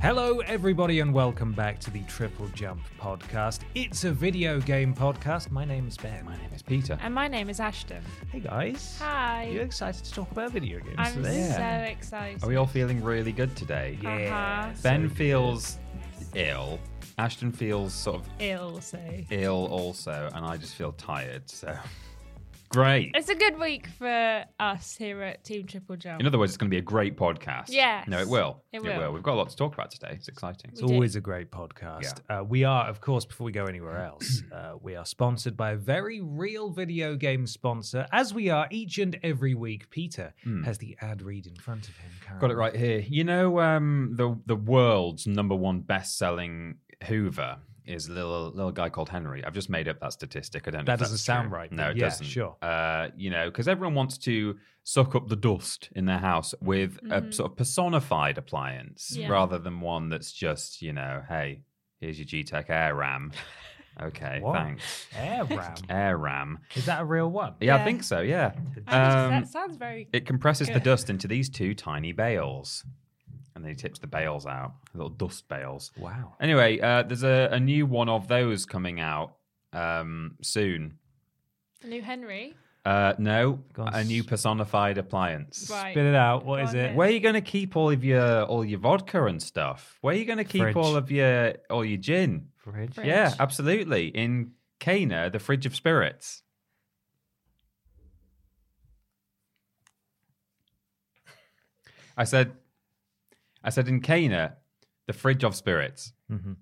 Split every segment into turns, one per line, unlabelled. Hello, everybody, and welcome back to the Triple Jump podcast. It's a video game podcast. My name's Ben.
My name is Peter.
And my name is Ashton.
Hey, guys.
Hi.
You excited to talk about video games
I'm
today?
Yeah.
so excited.
Are we all feeling really good today?
Uh-huh.
Yeah.
Ben feels ill. Ashton feels sort of
ill? Say
ill also, and I just feel tired. So great.
it's a good week for us here at Team Triple Jump.
In other words, it's going to be a great podcast.
Yes.
No, it will.
It will.
We've got a lot to talk about today. It's exciting.
We
It's
do.
always a great podcast. Uh, we are, of course, before we go anywhere else, uh, we are sponsored by a very real video game sponsor, as we are each and every week. Peter has the ad read in front of him. Currently.
Hmm. Got it right here. You know, um, the the world's number one best-selling Hoover is a little little guy called Henry. I've just made up that statistic. I don't. know
That
if that's
doesn't sound
true.
right,
No,
but
it
yeah,
doesn't.
sure.
Uh, you know, because everyone wants to suck up the dust in their house with a sort of personified appliance
Mm-hmm. Yeah.
rather than one that's just you know, hey, here's your G-Tech Air RAM. Okay,
What?
thanks.
Air RAM.
Air RAM.
Is that a real one?
Yeah, I
Yeah.
think so. Yeah.
I
Um,
just- that sounds very.
it compresses the
Good.
dust into these two tiny bales. And then he tips the bales out, little dust bales.
Wow.
Anyway, uh, there's a, a new one of those coming out um, soon.
New Henry.
Uh, no,
Go on,
a new personified appliance.
Right.
Spit it out. What
Go
is
on
it?
then.
Where are you going to keep all of your all your vodka and stuff? Where are you going to keep
Fridge.
all of your all your gin?
Fridge.
Fridge.
Yeah, absolutely. In Cana, the fridge of spirits. I said, I said in Cana, the fridge of spirits.
Mm-hmm.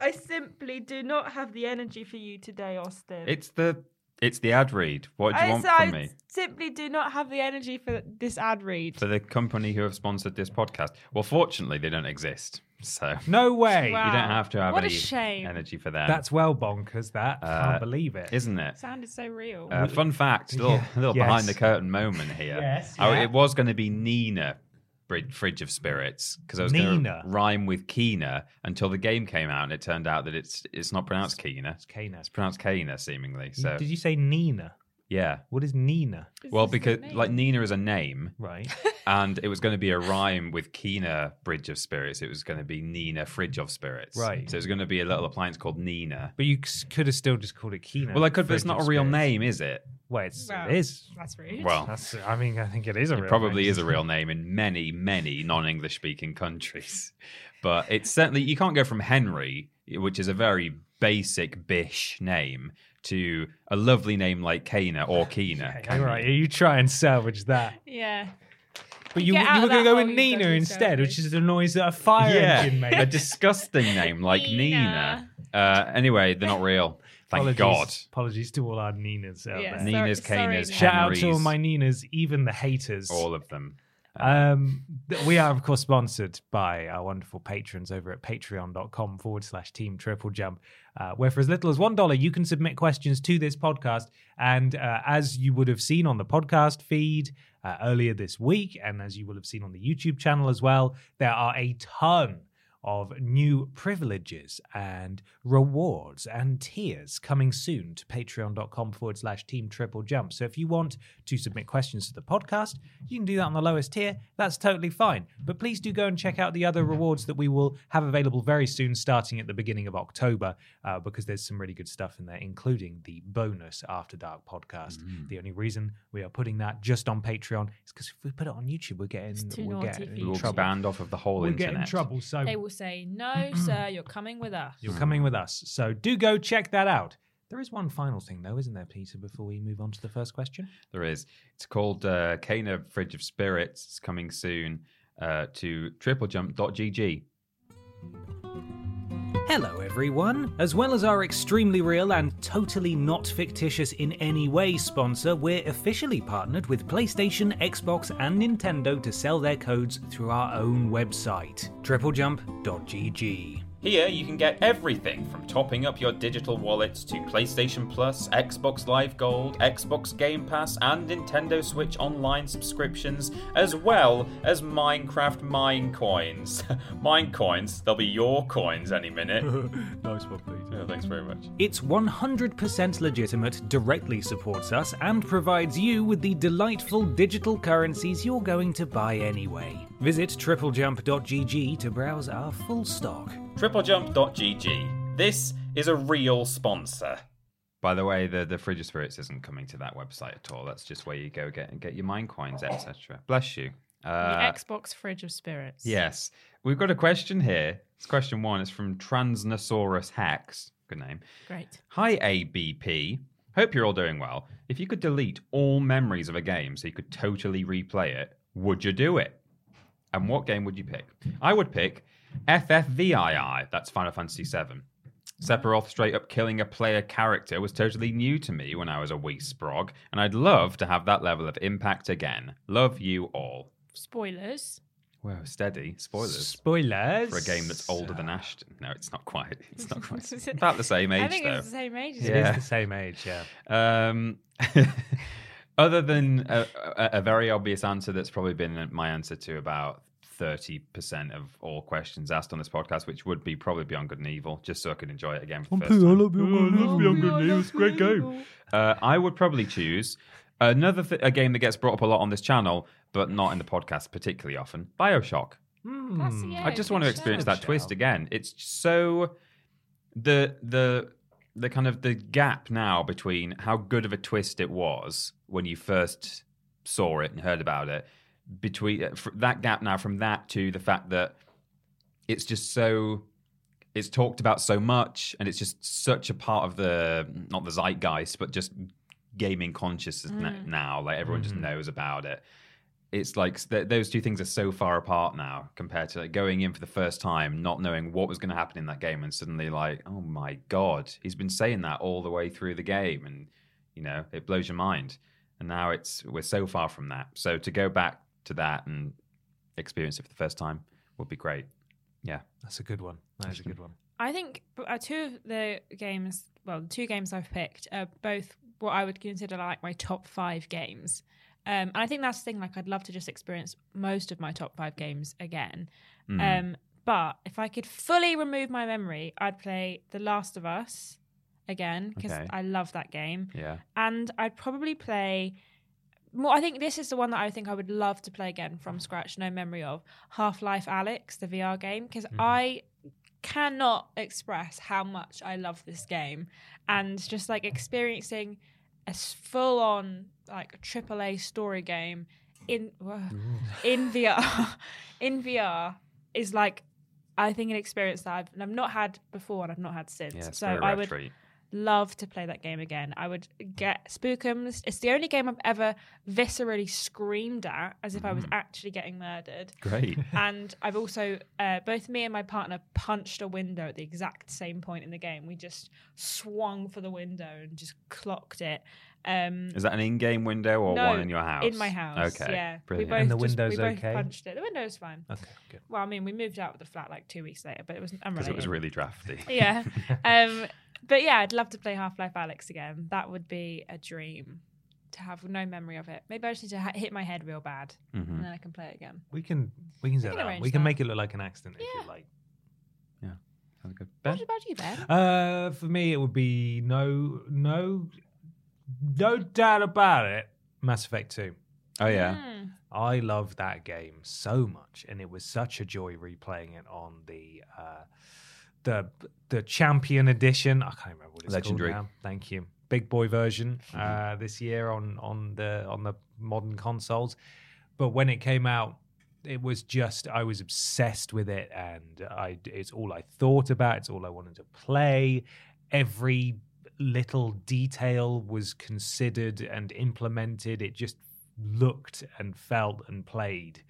I simply do not have the energy for you today, Austin.
It's the it's the ad read. What do you
I,
want
so I
from me?
simply do not have the energy for this ad read.
For the company who have sponsored this podcast. Well, fortunately, they don't exist, so
No way.
Wow.
you don't have to have
Ah, What a
any
shame.
energy for them.
That's well bonkers. That
Uh,
can't believe it.
isn't it?
Sounded so real.
Uh, fun fact, little
Mm-hmm. Yeah.
little
Yes.
behind the curtain moment here.
Yes,
Oh,
yeah.
it was going to be Nina, Brid- Fridge of Spirits, because I was going to
Nina.
rhyme with Keena until the game came out, and it turned out that it's it's not pronounced Keena, it's
It's Kano.
pronounced Keena seemingly. So
Did you say Nina?
yeah,
What is Nina?
Is
well,
this the
because
name?
like Nina is a name,
Right.
and it was going to be a rhyme with Keena Bridge of Spirits. It was going to be Nina Fridge of Spirits.
Right.
So it's going to be a little appliance called Nina.
but you c- could have still just called it Kino.
Well, I could, but it's
Fridge
not a
of
real
Spirits.
name, is it?
Well, it's,
Wow.
it is.
that's rude.
Well,
That's. I mean, I think it is a.
Oh. It
real
probably
name.
is a real name in many, many non English speaking countries. But it's certainly, you can't go from Henry, which is a very basic bish name, to a lovely name like Kana or Keena.
All right, you try and salvage that.
yeah.
But you,
Get out
you were
of
going to
that
go
hole
with
you've
Nina
dug
instead,
yourself
which is the noise that a fire engine
Yeah, a
makes.
disgusting name like Nina. Uh, anyway, they're not real. Thank
apologies,
God.
Apologies to all our Ninas out
Yes.
there.
Sorry-
Nina's,
sorry,
Kanas,
Nina.
Shout out
Henrys,
to all my Ninas, even the haters.
all of them.
Um, th- we are, of course, sponsored by our wonderful patrons over at patreon.com forward slash team triple jump, uh, where for as little as $1, you can submit questions to this podcast. And uh, as you would have seen on the podcast feed uh, earlier this week, and as you will have seen on the YouTube channel as well, there are a ton of new privileges and rewards and tiers coming soon to patreon.com forward slash team triple jump. So if you want to submit questions to the podcast, you can do that on the lowest tier. That's totally fine. But please do go and check out the other rewards that we will have available very soon, starting at the beginning of October, uh, because there's some really good stuff in there, including the bonus After Dark podcast. The only reason we are putting that just on Patreon is because if we put it on YouTube, we're getting,
It's too
we're
naughty
getting
for
We
in
will
YouTube.
be
trouble.
banned off of the whole
We're
internet.
getting in trouble. So
They will say, no, sir, you're coming with us.
you're coming with us. So do go check that out. There is one final thing, though, isn't there, Peter, before we move on to the first question?
There is. It's called uh, Cana Fridge of Spirits. It's coming soon uh, to triplejump.gg.
Hello, everyone. As well as our extremely real and totally not fictitious in any way sponsor, we're officially partnered with PlayStation, Xbox, and Nintendo to sell their codes through our own website, triplejump.gg.
Here you can get everything from topping up your digital wallets to PlayStation Plus, Xbox Live Gold, Xbox Game Pass, and Nintendo Switch Online subscriptions, as well as Minecraft Mine Coins. mine Coins, they'll be your coins any minute.
nice one, Peter.
Oh, thanks very much.
It's 100% legitimate, directly supports us, and provides you with the delightful digital currencies you're going to buy anyway. Visit triplejump.gg to browse our full stock.
Triplejump.gg. This is a real sponsor.
By the way, the, the Fridge of Spirits isn't coming to that website at all. That's just where you go get and get your mine coins, etc. Bless you. Uh,
the Xbox fridge of spirits.
yes. We've got a question here. It's question one. It's from Transnosaurus Hacks. Good name.
Great.
Hi, ABP. Hope you're all doing well. If you could delete all memories of a game so you could totally replay it, would you do it? And what game would you pick? I would pick FFVII, that's Final Fantasy VII. Sephiroth straight up killing a player character was totally new to me when I was a wee sprog, and I'd love to have that level of impact again. Love you all.
Spoilers.
Whoa, steady. Spoilers.
Spoilers.
For a game that's older than Ashton. No, it's not quite. It's not quite. About the same age,
I think
though.
it's the same age. as
It is
Yeah.
the same age, yeah.
Um, other than a, a, a very obvious answer that's probably been my answer to about 30% of all questions asked on this podcast, which would be probably Beyond Good and Evil, just so I could enjoy it again for the first time.
Oh, great game.
Uh, I would probably choose another th- a game that gets brought up a lot on this channel, but not in the podcast particularly often Bioshock. Hmm.
Hmm.
I just want to experience that
shout.
twist again. It's so the the the kind of the gap now between how good of a twist it was when you first saw it and heard about it between uh, fr- that gap now from that to the fact that it's just so it's talked about so much and it's just such a part of the not the zeitgeist but just gaming consciousness n- now like everyone just knows about it it's like th- those two things are so far apart now compared to like going in for the first time not knowing what was going to happen in that game and suddenly like oh my god he's been saying that all the way through the game and you know it blows your mind and now it's we're so far from that so to go back to that and experience it for the first time would be great yeah
That's a good one. That is a good one.
I think b- uh, two of the games, well, the two games I've picked are both what I would consider like my top five games. Um, and I think that's the thing, like, I'd love to just experience most of my top five games again.
Hmm.
Um, but if I could fully remove my memory, I'd play The Last of Us again because
Okay.
I love that game.
yeah
And I'd probably play more. I think this is the one that I think I would love to play again from scratch, no memory of Half Life Alex, the VR game, because
Mm-hmm.
I cannot express how much I love this game and just like experiencing a full on like AAA story game in whoa, in VR in VR is like I think an experience that I've, and I've not had before and I've not had since.
yeah it's
so
very
I
rare
would
treat.
love to play that game again. I would get spookums. It's the only game I've ever viscerally screamed at as if I was actually getting murdered.
great
And I've also, uh, both me and my partner punched a window at the exact same point in the game. We just swung for the window and just clocked it. Um,
is that an in-game window or
no,
one in your house
In my house.
okay
Yeah.
brilliant
We both
And the
just-
window's
we both
okay?
punched it. The window's fine.
Okay, good.
Well, I mean, we moved out of the flat like two weeks later, but it was
because
unrelated.
it was really drafty
yeah. Um, but yeah, I'd love to play Half Life Alex again. That would be a dream to have no memory of it. Maybe I just need to ha- hit my head real bad
Mhm.
and then I can play it again.
We can we can set
can
that up.
arrange
We can
that.
make it look like an accident if you like.
Sounds good.
What
Ben?
about you, Ben?
Uh, for me, it would be no, no, no doubt about it. Mass Effect Two.
Oh yeah.
Hmm.
I loved that game so much, and it was such a joy replaying it on the uh, the the Champion Edition. I can't remember what it's
Legendary.
called now. Thank you, big boy version uh, this year on on the on the modern consoles. But when it came out, it was just I was obsessed with it, and I it's all I thought about. It's all I wanted to play. Every little detail was considered and implemented. It just looked and felt and played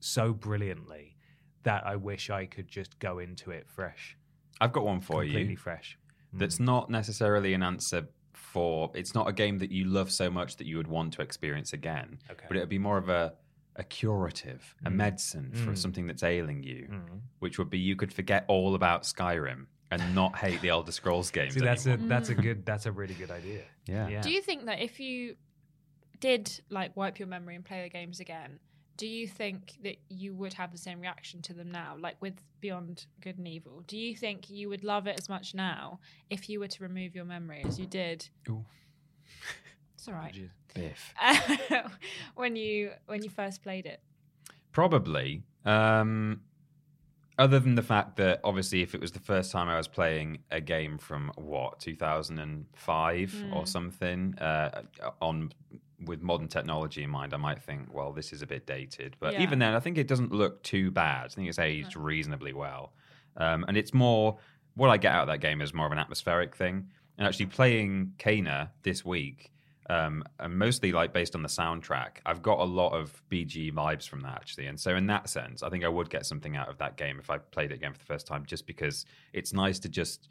so brilliantly that I wish I could just go into it fresh,
I've got one for
completely
you.
fresh. Mm.
That's not necessarily an answer for. It's not a game that you love so much that you would want to experience again.
Okay.
But it would be more of a a curative, a
Mm.
medicine for
Mm.
something that's ailing you,
Mm.
which would be you could forget all about Skyrim and not hate the Elder Scrolls games.
See, that's a
anymore.
that's a good that's a really good idea.
yeah.
Yeah.
Do you think that if you did like wipe your memory and play the games again, do you think that you would have the same reaction to them now, like with Beyond Good and Evil? Do you think you would love it as much now if you were to remove your memory as you did?
Ooh.
It's all right.
Biff.
when you when you first played it,
Probably. Um, other than the fact that obviously, if it was the first time I was playing a game from what 2005 or
Mm.
something, uh, on with modern technology in mind, I might think, well, this is a bit dated. But
Yeah.
even then, I think it doesn't look too bad. I think it's aged reasonably well, um, and it's more what I get out of that game is more of an atmospheric thing. And actually, playing Kana this week, um, and mostly like based on the soundtrack, I've got a lot of BG vibes from that actually. And so, in that sense, I think I would get something out of that game if I played it again for the first time, just because it's nice to just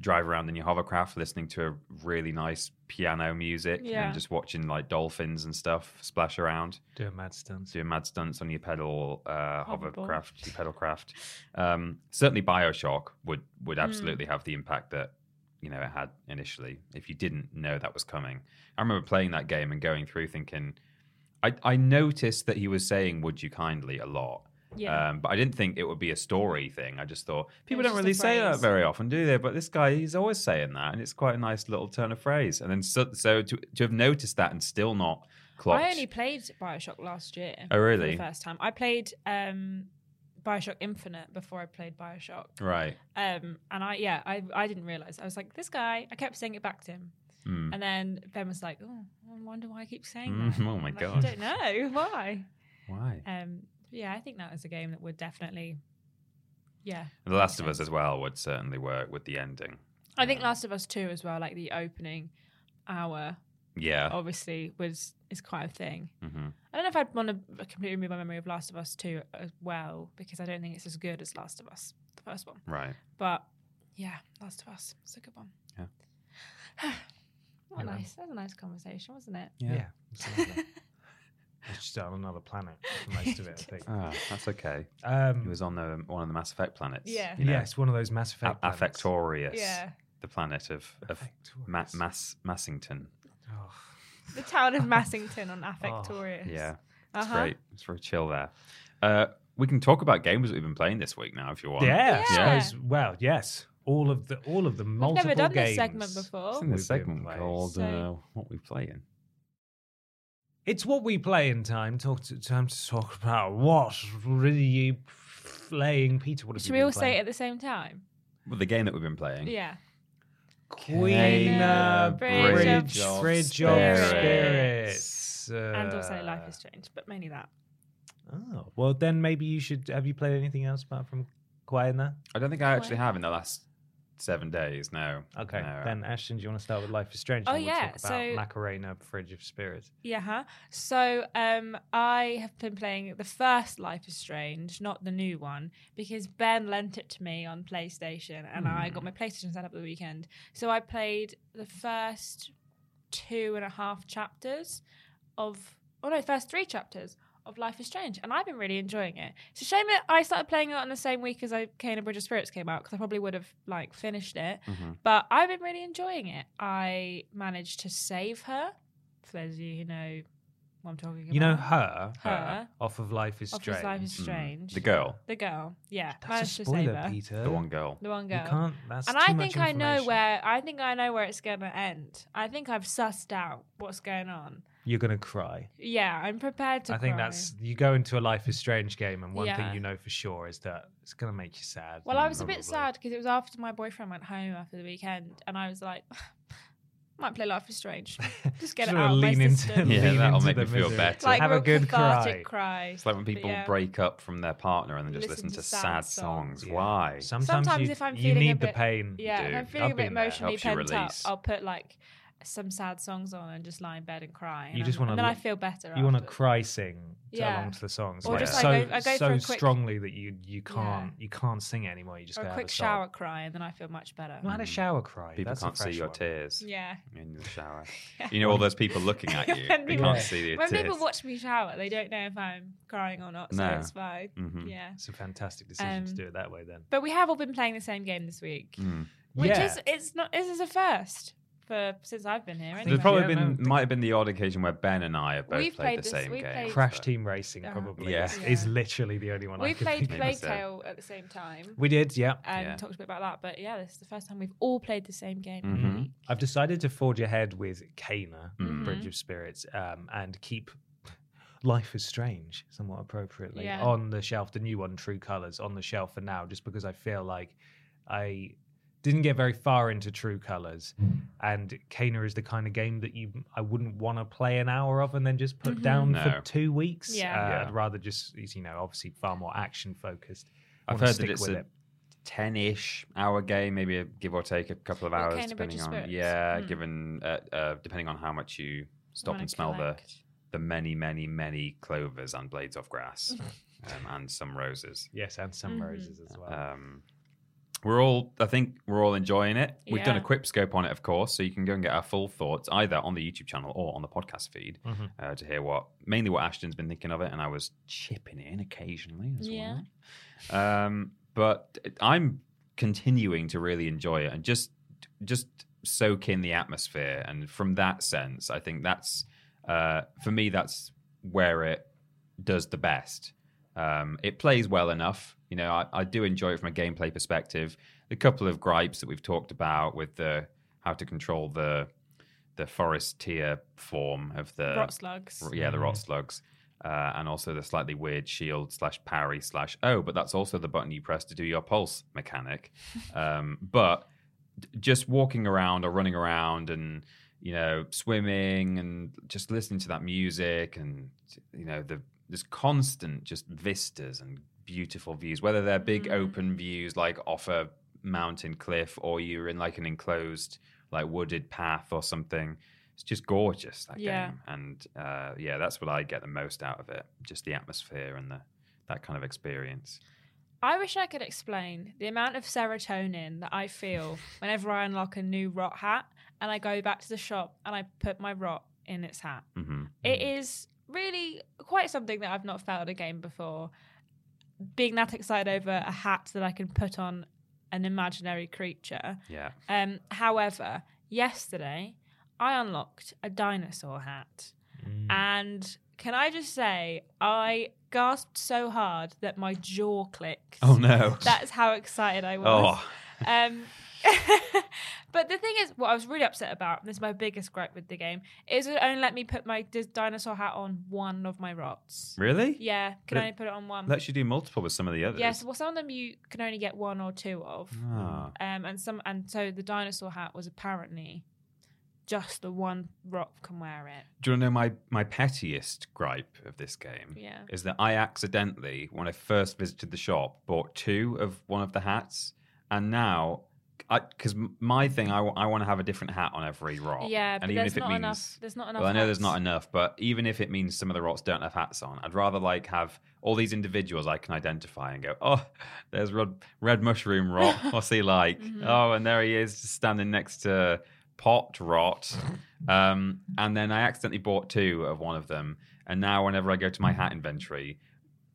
drive around in your hovercraft listening to a really nice piano music
Yeah.
and just watching like dolphins and stuff splash around
Doing mad stunts.
doing mad stunts on your pedal uh,
Hoverboard.
hovercraft, your pedal craft. Um, certainly, Bioshock would
Hmm.
would absolutely have the impact that you know it had initially. If you didn't know that was coming, I remember playing that game and going through thinking, I, I noticed that he was saying "Would you kindly" a lot.
yeah,
Um, but I didn't think it would be a story thing. I just thought people
was
don't
just a
really say that
phrase.
very often, do they? But this guy, he's always saying that, and it's quite a nice little turn of phrase. And then so, so to, to have noticed that and still not clocked.
I only played Bioshock last year.
Oh, really?
For the first time, I played um, Bioshock Infinite before I played Bioshock.
right.
Um, and I, yeah, I, I didn't realize. I was like, this guy. I kept saying it back to him,
Mm.
and then Ben was like, oh, I wonder why I keep saying that.
Mm, oh my
I'm like,
god.
I don't know why.
Why?
Um, yeah, I think that is a game that would definitely, yeah.
The Last of
sense.
Us as well would certainly work with the ending.
I
Um,
think Last of Us Two as well, like the opening hour,
Yeah.
obviously was is quite a thing.
hmm
I don't know if I'd want to completely remove my memory of Last of Us Two as well because I don't think it's as good as Last of Us, the first one.
Right.
But yeah, Last of Us. It's a good one.
Yeah.
what a
Yeah.
nice. That was a nice conversation, wasn't it?
Yeah. it's lovely. it's just on another planet. for Most of it, I think.
Ah, that's okay.
Um,
He was on the one of the Mass Effect planets.
Yeah.
you know.
yes, one of those Mass
A-
Effect. planets.
Affectorious.
Yeah.
The planet of, of Ma-
Affectorious.
Mass Massington.
Oh.
The town of Massington on Affectorious.
Oh, Yeah. It's
Uh-huh.
great. It's very chill there. Uh, we can talk about games that we've been playing this week now if you want.
Yeah, I
Yeah.
suppose- well, yes, all of the all of the
I've
multiple
never done
games.
this segment
It's
before.
in the
We've been
segment
playing.
called uh,
So-
What We Playing.
It's what we play in time. Talk to, time to talk about what really you playing, Peter. What have
Should
you
we
been
all say it
playing?
at the same time?
Well, the game that we've been playing.
Yeah.
Queen
Kena,
of Bridge,
Bridge
of
of
Bridge of
Spirits.
Spirits,
and
Uh,
also Life is Strange, but mainly that.
Oh well, then maybe you should. Have you played anything else apart from Quena?
I don't think I actually have in the last seven days. No.
Okay,
No.
then Ashton, do you want to start with Life is Strange?
Oh,
and
yeah,
we'll talk about
so-
Macarena, Bridge of Spirits.
Yeah. Huh? So um, I have been playing the first Life is Strange, not the new one, because Ben lent it to me on PlayStation, and I got my PlayStation set up the weekend. So I played the first two and a half chapters of, oh no, first three chapters of Life is Strange, and I've been really enjoying it. It's a shame that I started playing it on the same week as I Kane and Bridge of Spirits came out, because I probably would have like finished it.
Mhm.
But I've been really enjoying it. I managed to save her. For those of you who know what I'm talking about.
You know her,
Her.
off of Life is
Of
Strange.
His Life is
Mm.
Strange.
The girl.
The girl. Yeah.
That's
managed
a
to save
spoiler,
her.
Peter.
The one girl.
The one
You
girl.
can't. That's
and
too
I
much
think I know
information.
where I think I know where it's gonna end. I think I've sussed out what's going on.
you're gonna cry.
Yeah, I'm prepared to.
I think
cry.
that's you go into a Life is Strange game, and one
Yeah.
thing you know for sure is that it's gonna make you sad.
Well, I was a bit
probably.
sad because it was after my boyfriend went home after the weekend, and I was like, might play Life is Strange. Just get it
Sort of
out of my
lean into-
system.
Yeah,
lean
that'll
into
make
the
me feel
misery.
better.
Like
Have a
real
good cry.
cathartic cry.
It's like when people
But yeah.
break up from their partner and then just listen, to, sad, songs.
Yeah.
Why?
Sometimes,
Sometimes
you,
if I'm
you
feeling a
need the
bit-
pain.
Yeah,
do.
if I'm
I've
feeling a bit
been there.
emotionally
Helps you
pent up,
release.
I'll put like some sad songs on and just lie in bed and cry.
You
and
just
I'm-
wanna
and then
lo-
I feel better.
You want to
afterwards.
cry sing to-
Yeah.
along to the songs,
Or
like
just
so
I go- I
so
go for a quick-
strongly that you you
Yeah.
can't you can't sing it anymore. You just
Or
go
a
have
quick
sob.
shower cry, and then I feel much better.
Not had a shower cry.
Hmm. People
That's a
can't see
fresh
your
one.
tears
Yeah.
in the shower. You know all those people looking at you.
When
they
people-
can't see your
when
tears.
people watch me shower, they don't know if I'm crying or not, so
No.
it's fine.
Mhm.
Yeah.
It's a fantastic decision to
Um,
do it that way. Then,
But we have all been playing the same game this week,
Mm.
which
yeah,
is it's not this is a first for since I've been here. Anyway.
There's probably
Yeah,
been
no,
might have been the odd occasion where Ben and I have both
We've
played,
played
the
this-
same
we
game.
played-
Crash Team Racing
Uh-huh.
probably
Yeah.
is, is
Yeah.
literally the only one I
we
can
played Um,
think of.
Plague
Maybe so.
Tale at the same time.
We did, yeah.
and
Yeah.
talked a bit about that, but yeah, this is the first time we've all played the same game.
Mhm.
week.
I've decided to forge ahead with Cana,
Mm.
Bridge of Spirits, um, and keep Life is Strange somewhat appropriately
Yeah.
on the shelf, the new one, True Colors, on the shelf for now, just because I feel like I didn't get very far into True Colors, and Cana is the kind of game that you I wouldn't want to play an hour of and then just put
Mhm.
down
No.
for two weeks.
Yeah.
Uh,
Yeah.
I'd rather just, it's, you know, obviously far more action focused.
I've
Wanna
heard
stick
that it's
with
a ten-ish hour game, maybe a give or take a couple of
What
hours,
kind of
depending
Bridge of
on
Spirits?
yeah,
Mm.
given uh, uh, depending on how much you stop
Wanna
and smell
collect.
the the many, many, many clovers and blades of grass, um, and some roses.
Yes, and some
Mhm.
roses as well.
Um, we're all, I think, we're all enjoying it. We've done a
Yeah.
quip scope on it, of course, so you can go and get our full thoughts either on the YouTube channel or on the podcast feed
Mm-hmm.
Mhm.
uh, to hear what mainly what Ashton's been thinking of it, and I was chipping in occasionally as
Yeah.
well. Um, but I'm continuing to really enjoy it and just just soak in the atmosphere, and from that sense, I think that's uh, for me that's where it does the best. Um, it plays well enough. You know, I, I do enjoy it from a gameplay perspective. The couple of gripes that we've talked about with the how to control the the forest tier form of the
Rot slugs.
r- yeah the rot slugs, uh, and also the slightly weird shield slash parry slash oh, but that's also the button you press to do your pulse mechanic. um, but d- just walking around or running around and you know swimming and just listening to that music and you know the there's constant just vistas and beautiful views whether they're big
Mm.
open views like off a mountain cliff or you're in like an enclosed like wooded path or something it's just gorgeous that
Yeah.
game and uh, yeah that's what i get the most out of it just the atmosphere and the that kind of experience
I wish I could explain the amount of serotonin that I feel whenever I unlock a new rot hat and I go back to the shop and I put my rot in its hat.
hmm
It is really quite something that I've not felt in a game before. Being that excited over a hat that I can put on an imaginary creature.
yeah
Um, however, yesterday I unlocked a dinosaur hat,
Mm.
and can I just say I gasped so hard that my jaw clicked.
oh no
That's how excited I was.
oh
Um, but the thing is, what I was really upset about, and this is my biggest gripe with the game, is it only let me put my dis- dinosaur hat on one of my rots.
really
Yeah, can
Let-
only put it on one.
lets you do multiple with some of the others
Yes, well, some of them you can only get one or two of
Ah.
um, and some and so the dinosaur hat was apparently just the one rock can wear it.
Do you want to know my, my pettiest gripe of this game?
Yeah.
Is that I accidentally, when I first visited the shop, bought two of one of the hats. And now, because my thing, I want to have a different hat on every rot.
Yeah,
and
but
even
there's
if it
not
means.
enough. There's not enough.
Well, I know there's
hats.
not enough, but even if it means some of the rots don't have hats on, I'd rather like have all these individuals I can identify and go, oh, there's red, red mushroom rot. What's he like?
Mhm.
Oh, and there he is just standing next to pot rot. Um, and then I accidentally bought two of one of them. And now whenever I go to my hat inventory,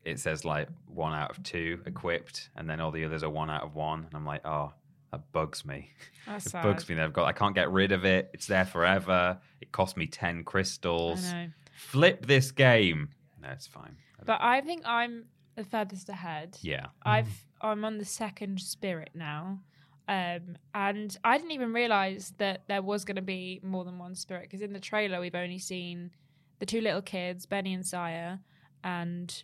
it says like one out of two equipped, and then all the others are one out of one. And I'm like, oh, that bugs me.
That's
It
sad.
bugs me that I've got. I can't get rid of it. It's there forever. It cost me ten crystals.
I know.
Flip this game. No, it's fine.
But I think I'm the furthest ahead.
Yeah.
I've I'm on the second spirit now. Um, and I didn't even realize that there was going to be more than one spirit because in the trailer we've only seen the two little kids, Benny and Saya, and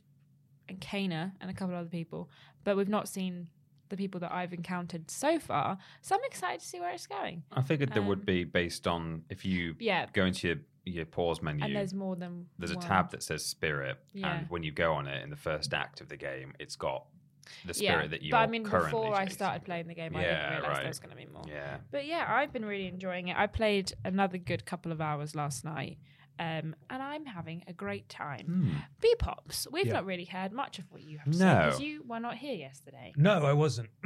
and Kana and a couple other people, but we've not seen the people that I've encountered so far. So I'm excited to see where it's going.
I figured there
Um,
would be based on if you
Yeah,
go into your, your pause menu.
and there's more than
there's a
one.
tab that says spirit,
Yeah.
and when you go on it in the first act of the game, it's got the
Yeah,
spirit that you
But
are
I mean,
currently
before I
chasing.
started playing the game, I
Yeah,
didn't realize
right.
there was going to be more.
Yeah,
But yeah, I've been really enjoying it. I played another good couple of hours last night, um, and I'm having a great time.
Hmm.
B pops, we've
Yeah.
not really heard much of what you have to say
No.
because you were not here yesterday.
No, I wasn't.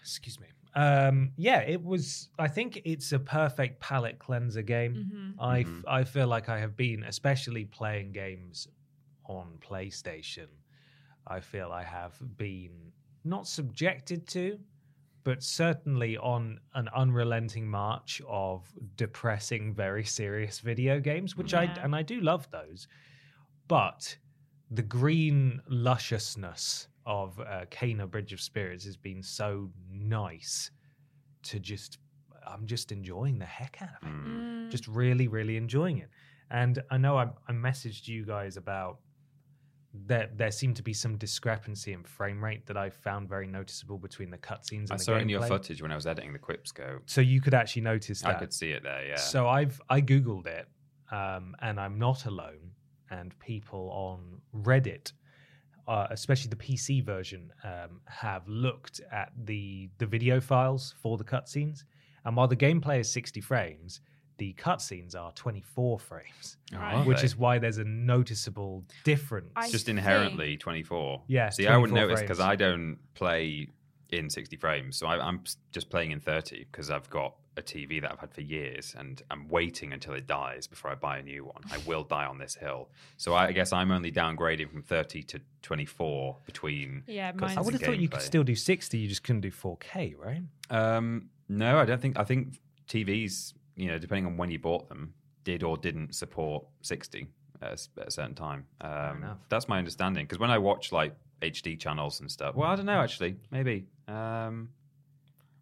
Excuse me. Um, yeah, it was. I think it's a perfect palate cleanser game.
Mm-hmm.
I, f-
Mhm.
I feel like I have been, especially playing games on PlayStation, I feel I have been not subjected to, but certainly on an unrelenting march of depressing, very serious video games, which I,
Yeah.
and I do love those. But the green lusciousness of uh, Cana Bridge of Spirits has been so nice to just, I'm just enjoying the heck out of it
Mm.
just really really enjoying it and i know i, I messaged you guys about there, there seemed to be some discrepancy in frame rate that I found very noticeable between the cutscenes and
I
the
saw it in your
gameplay.
footage when I was editing the quip scope.
So you could actually notice
I
that.
could see it there. Yeah.
So I've I googled it, um, and I'm not alone. And people on Reddit, uh, especially the PC version, um, have looked at the the video files for the cutscenes. And while the gameplay is 60 frames, the cutscenes are 24 frames,
Oh,
Right.
are
which
they?
is why there's a noticeable difference.
I-
just
think-
inherently 24.
Yeah,
See, I wouldn't
24
notice because
frames.
I don't play in 60 frames. So I, I'm s- just playing in 30 because I've got a TV that I've had for years and I'm waiting until it dies before I buy a new one. I will die on this hill. So I guess I'm only downgrading from 30 to 24 between.
Yeah,
Because
mine's
I would have thought you
gameplay.
could still do 60, you just couldn't do 4K, right?
Um, no, I don't think. I think TVs, you know, depending on when you bought them, did or didn't support 60 at a, s- at a certain time. Um,
enough.
that's my understanding. Because when I watch like HD channels and stuff, well, I don't know actually, maybe. Um,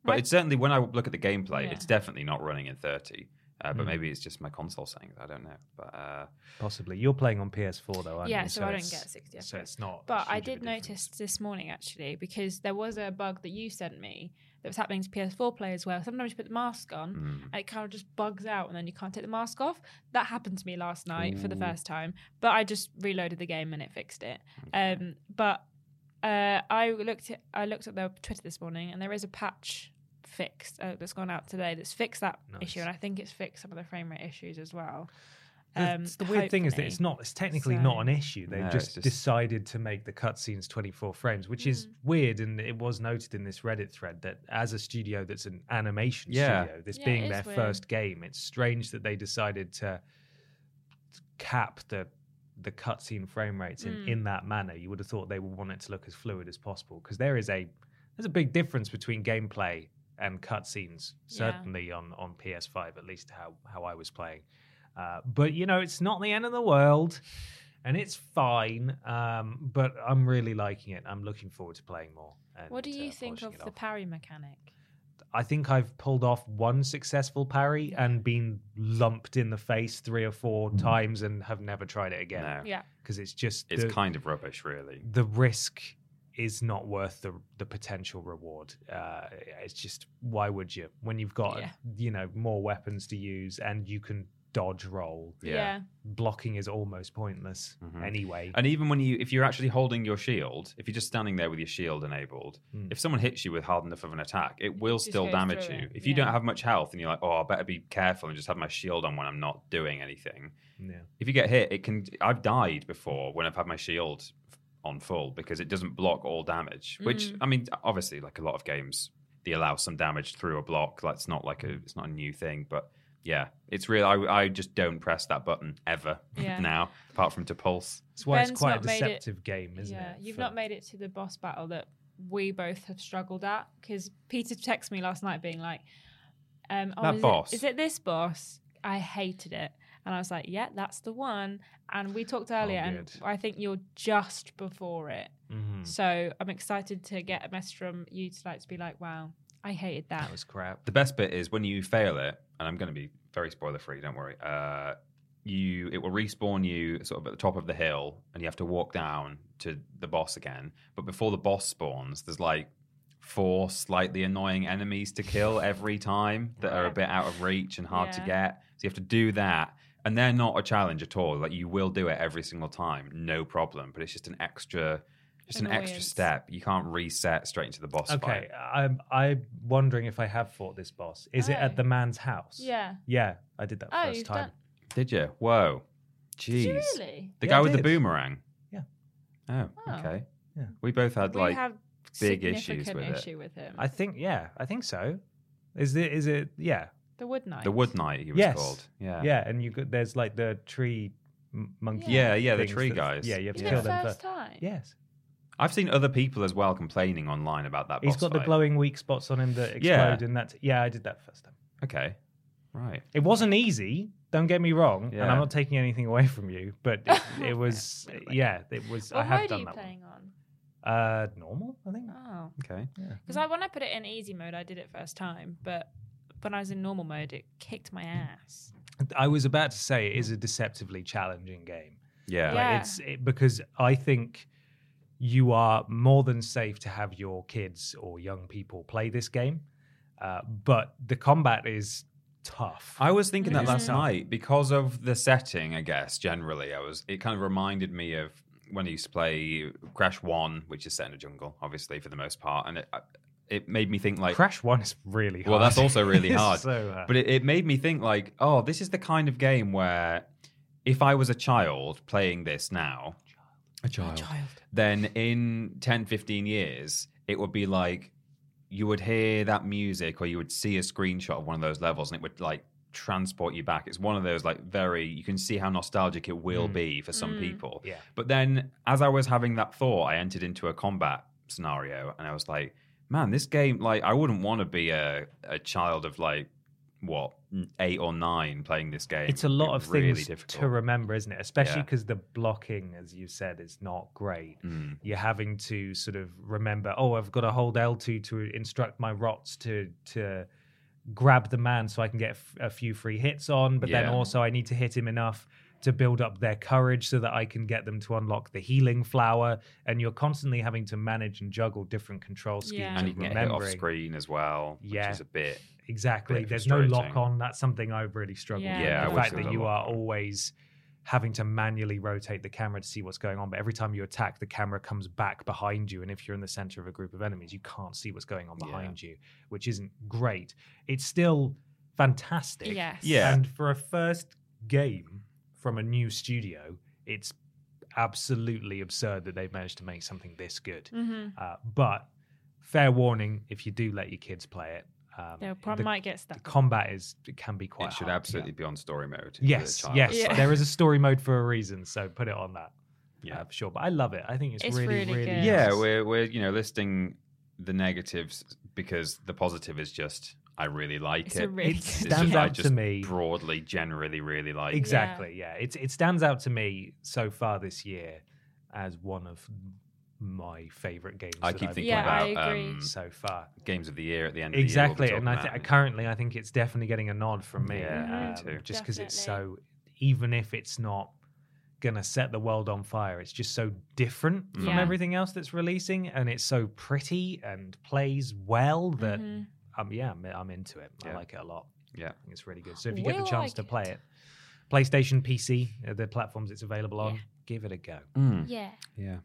but
My-
it's certainly when I look at the gameplay,
Yeah.
it's definitely not running in 30. Uh, but
Mm.
maybe it's just my console saying that. I don't know. But uh,
Possibly. You're playing on PS4 though, aren't
yeah,
you?
so, I don't
it's-
get 60
So
FPS.
it's not.
But
huge of a
I did
difference.
notice this morning actually because there was a bug that you sent me that was happening to PS4 players where sometimes you put the mask on
Hmm.
mm.
and it kind of just bugs out and then you can't take the mask off. That happened to me last night for the
Ooh.
first time, but I just reloaded the game and it fixed it. Um, but uh, I looked at I looked at their Twitter this morning and there is a patch fixed uh, that's gone out today that's fixed that
Nice.
issue and I think it's fixed some of the frame rate issues as well.
The,
Um,
the weird thing is that
hopefully.
it's not. It's technically not an
So-
issue. They
No,
have
it's
just,
just-
decided to make the cutscenes 24 frames, which
Mm.
is weird. And it was noted in this Reddit thread that as a studio that's an animation
Yeah.
studio, this
Yeah,
being
it
their
is weird.
first game, it's strange that they decided to cap the the cutscene frame rates in,
Mm.
in that manner. You would have thought they would want it to look as fluid as possible because there is a there's a big difference between gameplay and cutscenes,
Yeah.
certainly on, on PS5, at least how, how I was playing. Uh, but, you know, it's not the end of the world and it's fine. Um, but I'm really liking it. I'm looking forward to playing more. And,
What do you
uh,
think
polishing
of
it
the
off.
parry mechanic?
I think I've pulled off one successful parry and been lumped in the face three or four times and have never tried it again
Mm. No.
Yeah,
because it's just
It's
the-
kind of rubbish, really.
the risk is not worth the the potential reward. Uh, it's just why would you when you've got
Yeah.
you know more weapons to use and you can dodge roll.
yeah,
Yeah.
Blocking is almost pointless
Mhm.
anyway.
And even when you, if you're actually holding your shield, if you're just standing there with your shield enabled,
Mm.
if someone hits you with hard enough of an attack, it will
Just
still
goes
damage
through
you.
it,
If you
yeah.
don't have much health and you're like, oh, I better be careful and just have my shield on when I'm not doing anything.
yeah.
If you get hit, it can. I've died before when I've had my shield on full because it doesn't block all damage. Which
Mm.
I mean, obviously, like a lot of games, they allow some damage through a block. That's not like a, it's not a new thing, but. Yeah, it's real. I, I just don't press that button ever
Yeah.
now, apart from to pulse.
That's why it's
Ben's
quite a
not made it-
deceptive game, isn't
yeah.
it?
You've
For-
not made it to the boss battle that we both have struggled at because Peter texted me last night being like, um, oh,
That
is it-
boss.
is it this boss? I hated it. And I was like, yeah, that's the one. And we talked earlier, and
Oh, good.
I think you're just before it.
Mhm.
So I'm excited to get a message from you tonight to be like, wow, I hated that.
That was crap.
The best bit is when you fail it, and I'm going to be very spoiler free. Don't worry. Uh, you it will respawn you sort of at the top of the hill, and you have to walk down to the boss again. But before the boss spawns, there's like four slightly annoying enemies to kill every time that are a
Right.
bit out of reach and hard to
Yeah.
get. So you have to do that. And they're not a challenge at all. Like you will do it every single time, no problem. But it's just an extra, just an extra
Annoyance.
step. You can't reset straight into the boss fight.
Okay, I'm I'm wondering if I have fought this boss. Is it
Oh.
at the man's house?
Yeah.
Yeah, I did that
Oh,
first
you've
time.
done-
Did you? Whoa.
Did
Jeez.
you really?
The
Yeah,
guy
I
with the
did.
boomerang.
Yeah.
Oh,
Oh.
okay.
Yeah.
We both had
we
like
have
big issues
significant
with it.
issue with him.
I think yeah, I think so. Is it is it yeah.
the wood knife.
the wood knight he was
Yes.
called. Yeah.
Yeah, and you got there's like the tree m- monkey.
Yeah, yeah, the
things
tree
that-
guys.
Yeah, you have to
You did
Yeah.
kill
it
them
first
first.
time.
Yes,
I've seen other people as well complaining online about that
he's
boss
got the
fight.
glowing weak spots on him that explode,
Yeah.
and that's yeah, I did that first time.
Okay. Right.
It wasn't easy. Don't get me wrong, and
Yeah.
I'm not taking anything away from you, but it, it was yeah, it was.
What
I have
mode are
done
you
that. one.
playing
Uh, normal, I think.
on? Oh.
Okay.
Because I when I put it in easy mode, I did it first time, but when I was in normal mode, it kicked my ass.
I was about to say it is a deceptively challenging game.
Yeah.
Yeah.
Like Uh, it's it, because I think you are more than safe to have your kids or young people play this game, uh, but the combat is tough.
I was thinking that
Mhm.
last night because of the setting, I guess, generally. I was it kind of reminded me of when I used to play Crash 1, which is set in a jungle, obviously for the most part, and it uh, it made me think like
Crash One is really hard.
Well, that's also really
It's
hard.
so uh, hard.
But it, it made me think like, oh, this is the kind of game where if I was a child playing this now, a child, then in 10, 15 years, it would be like you would hear that music or you would see a screenshot of one of those levels and it would like transport you back. It's one of those like very, you can see how nostalgic it will
Mm.
be for some
Mm.
people.
yeah,
But then, as I was having that thought, I entered into a combat scenario, and I was like, "Man, this game! Like, I wouldn't want to be a a child of like what n- eight or nine playing this game.
it's a lot
It'd
of
be really
things
difficult.
to remember, isn't it? Especially
Yeah.
because the blocking, as you said, is not great.
Mm.
You're having to sort of remember. Oh, I've got to hold L two to instruct my rots to to grab the man so I can get f- a few free hits on, but
Yeah.
then also I need to hit him enough to build up their courage so that I can get them to unlock the healing flower. And you're constantly having to manage and juggle different control schemes.
Yeah.
And you can get hit off
remembering.
screen as well,
Yeah.
which is a bit.
Exactly.
Bit
There's no lock
frustrating.
on. That's something I really struggle
Yeah,
with.
Yeah, I
the
wish
fact
there
that
was a
you
lock
are always having to manually rotate the camera to see what's going on. But every time you attack, the camera comes back behind you. And if you're in the center of a group of enemies, you can't see what's going on
Yeah.
behind you, which isn't great. It's still fantastic.
Yes.
Yeah.
And for a first game from a new studio, it's absolutely absurd that they've managed to make something this good.
Mm-hmm.
Uh, but fair warning if you do let your kids play it. Um,
They
the-
probably might get
the
stuck.
combat is it can be quite.
It should
hard to
absolutely
get.
be on story mode. for the
Yes,
child.
yes.
Yeah.
There is a story mode for a reason, so put it on that.
Yeah.
uh, for sure. But I love it. I think it's,
It's
really,
really
really.
good.
nice.
yeah. We're we're you know listing the negatives because the positive is just I really like
It's
it.
a really
it
good
It's
stands
just- I
out to
just
me.
broadly, generally, really like. it.
Exactly. Yeah. It's it stands out to me so far this year as one of my favorite games.
I
that
keep
I've
thinking
Yeah,
played
I
about
agree.
um,
so far.
games of the year at the end.
Exactly,
of the year.
and I
we'll be talking
think
about
currently I think it's definitely getting a nod from me.
Yeah,
me
um,
too.
Just because it's so,
Definitely.
even if it's not gonna set the world on fire, it's just so different from
Yeah.
everything else that's releasing, and it's so pretty and plays well that
Mhm.
um, yeah, I'm, I'm into it. I
Yeah.
like it a lot.
Yeah.
I think it's really good. So if you get the
Will
chance
like
to
it.
play it, PlayStation, PC, uh, the platforms it's available on,
Yeah.
give it a go.
it. Mm.
Yeah.
Yeah.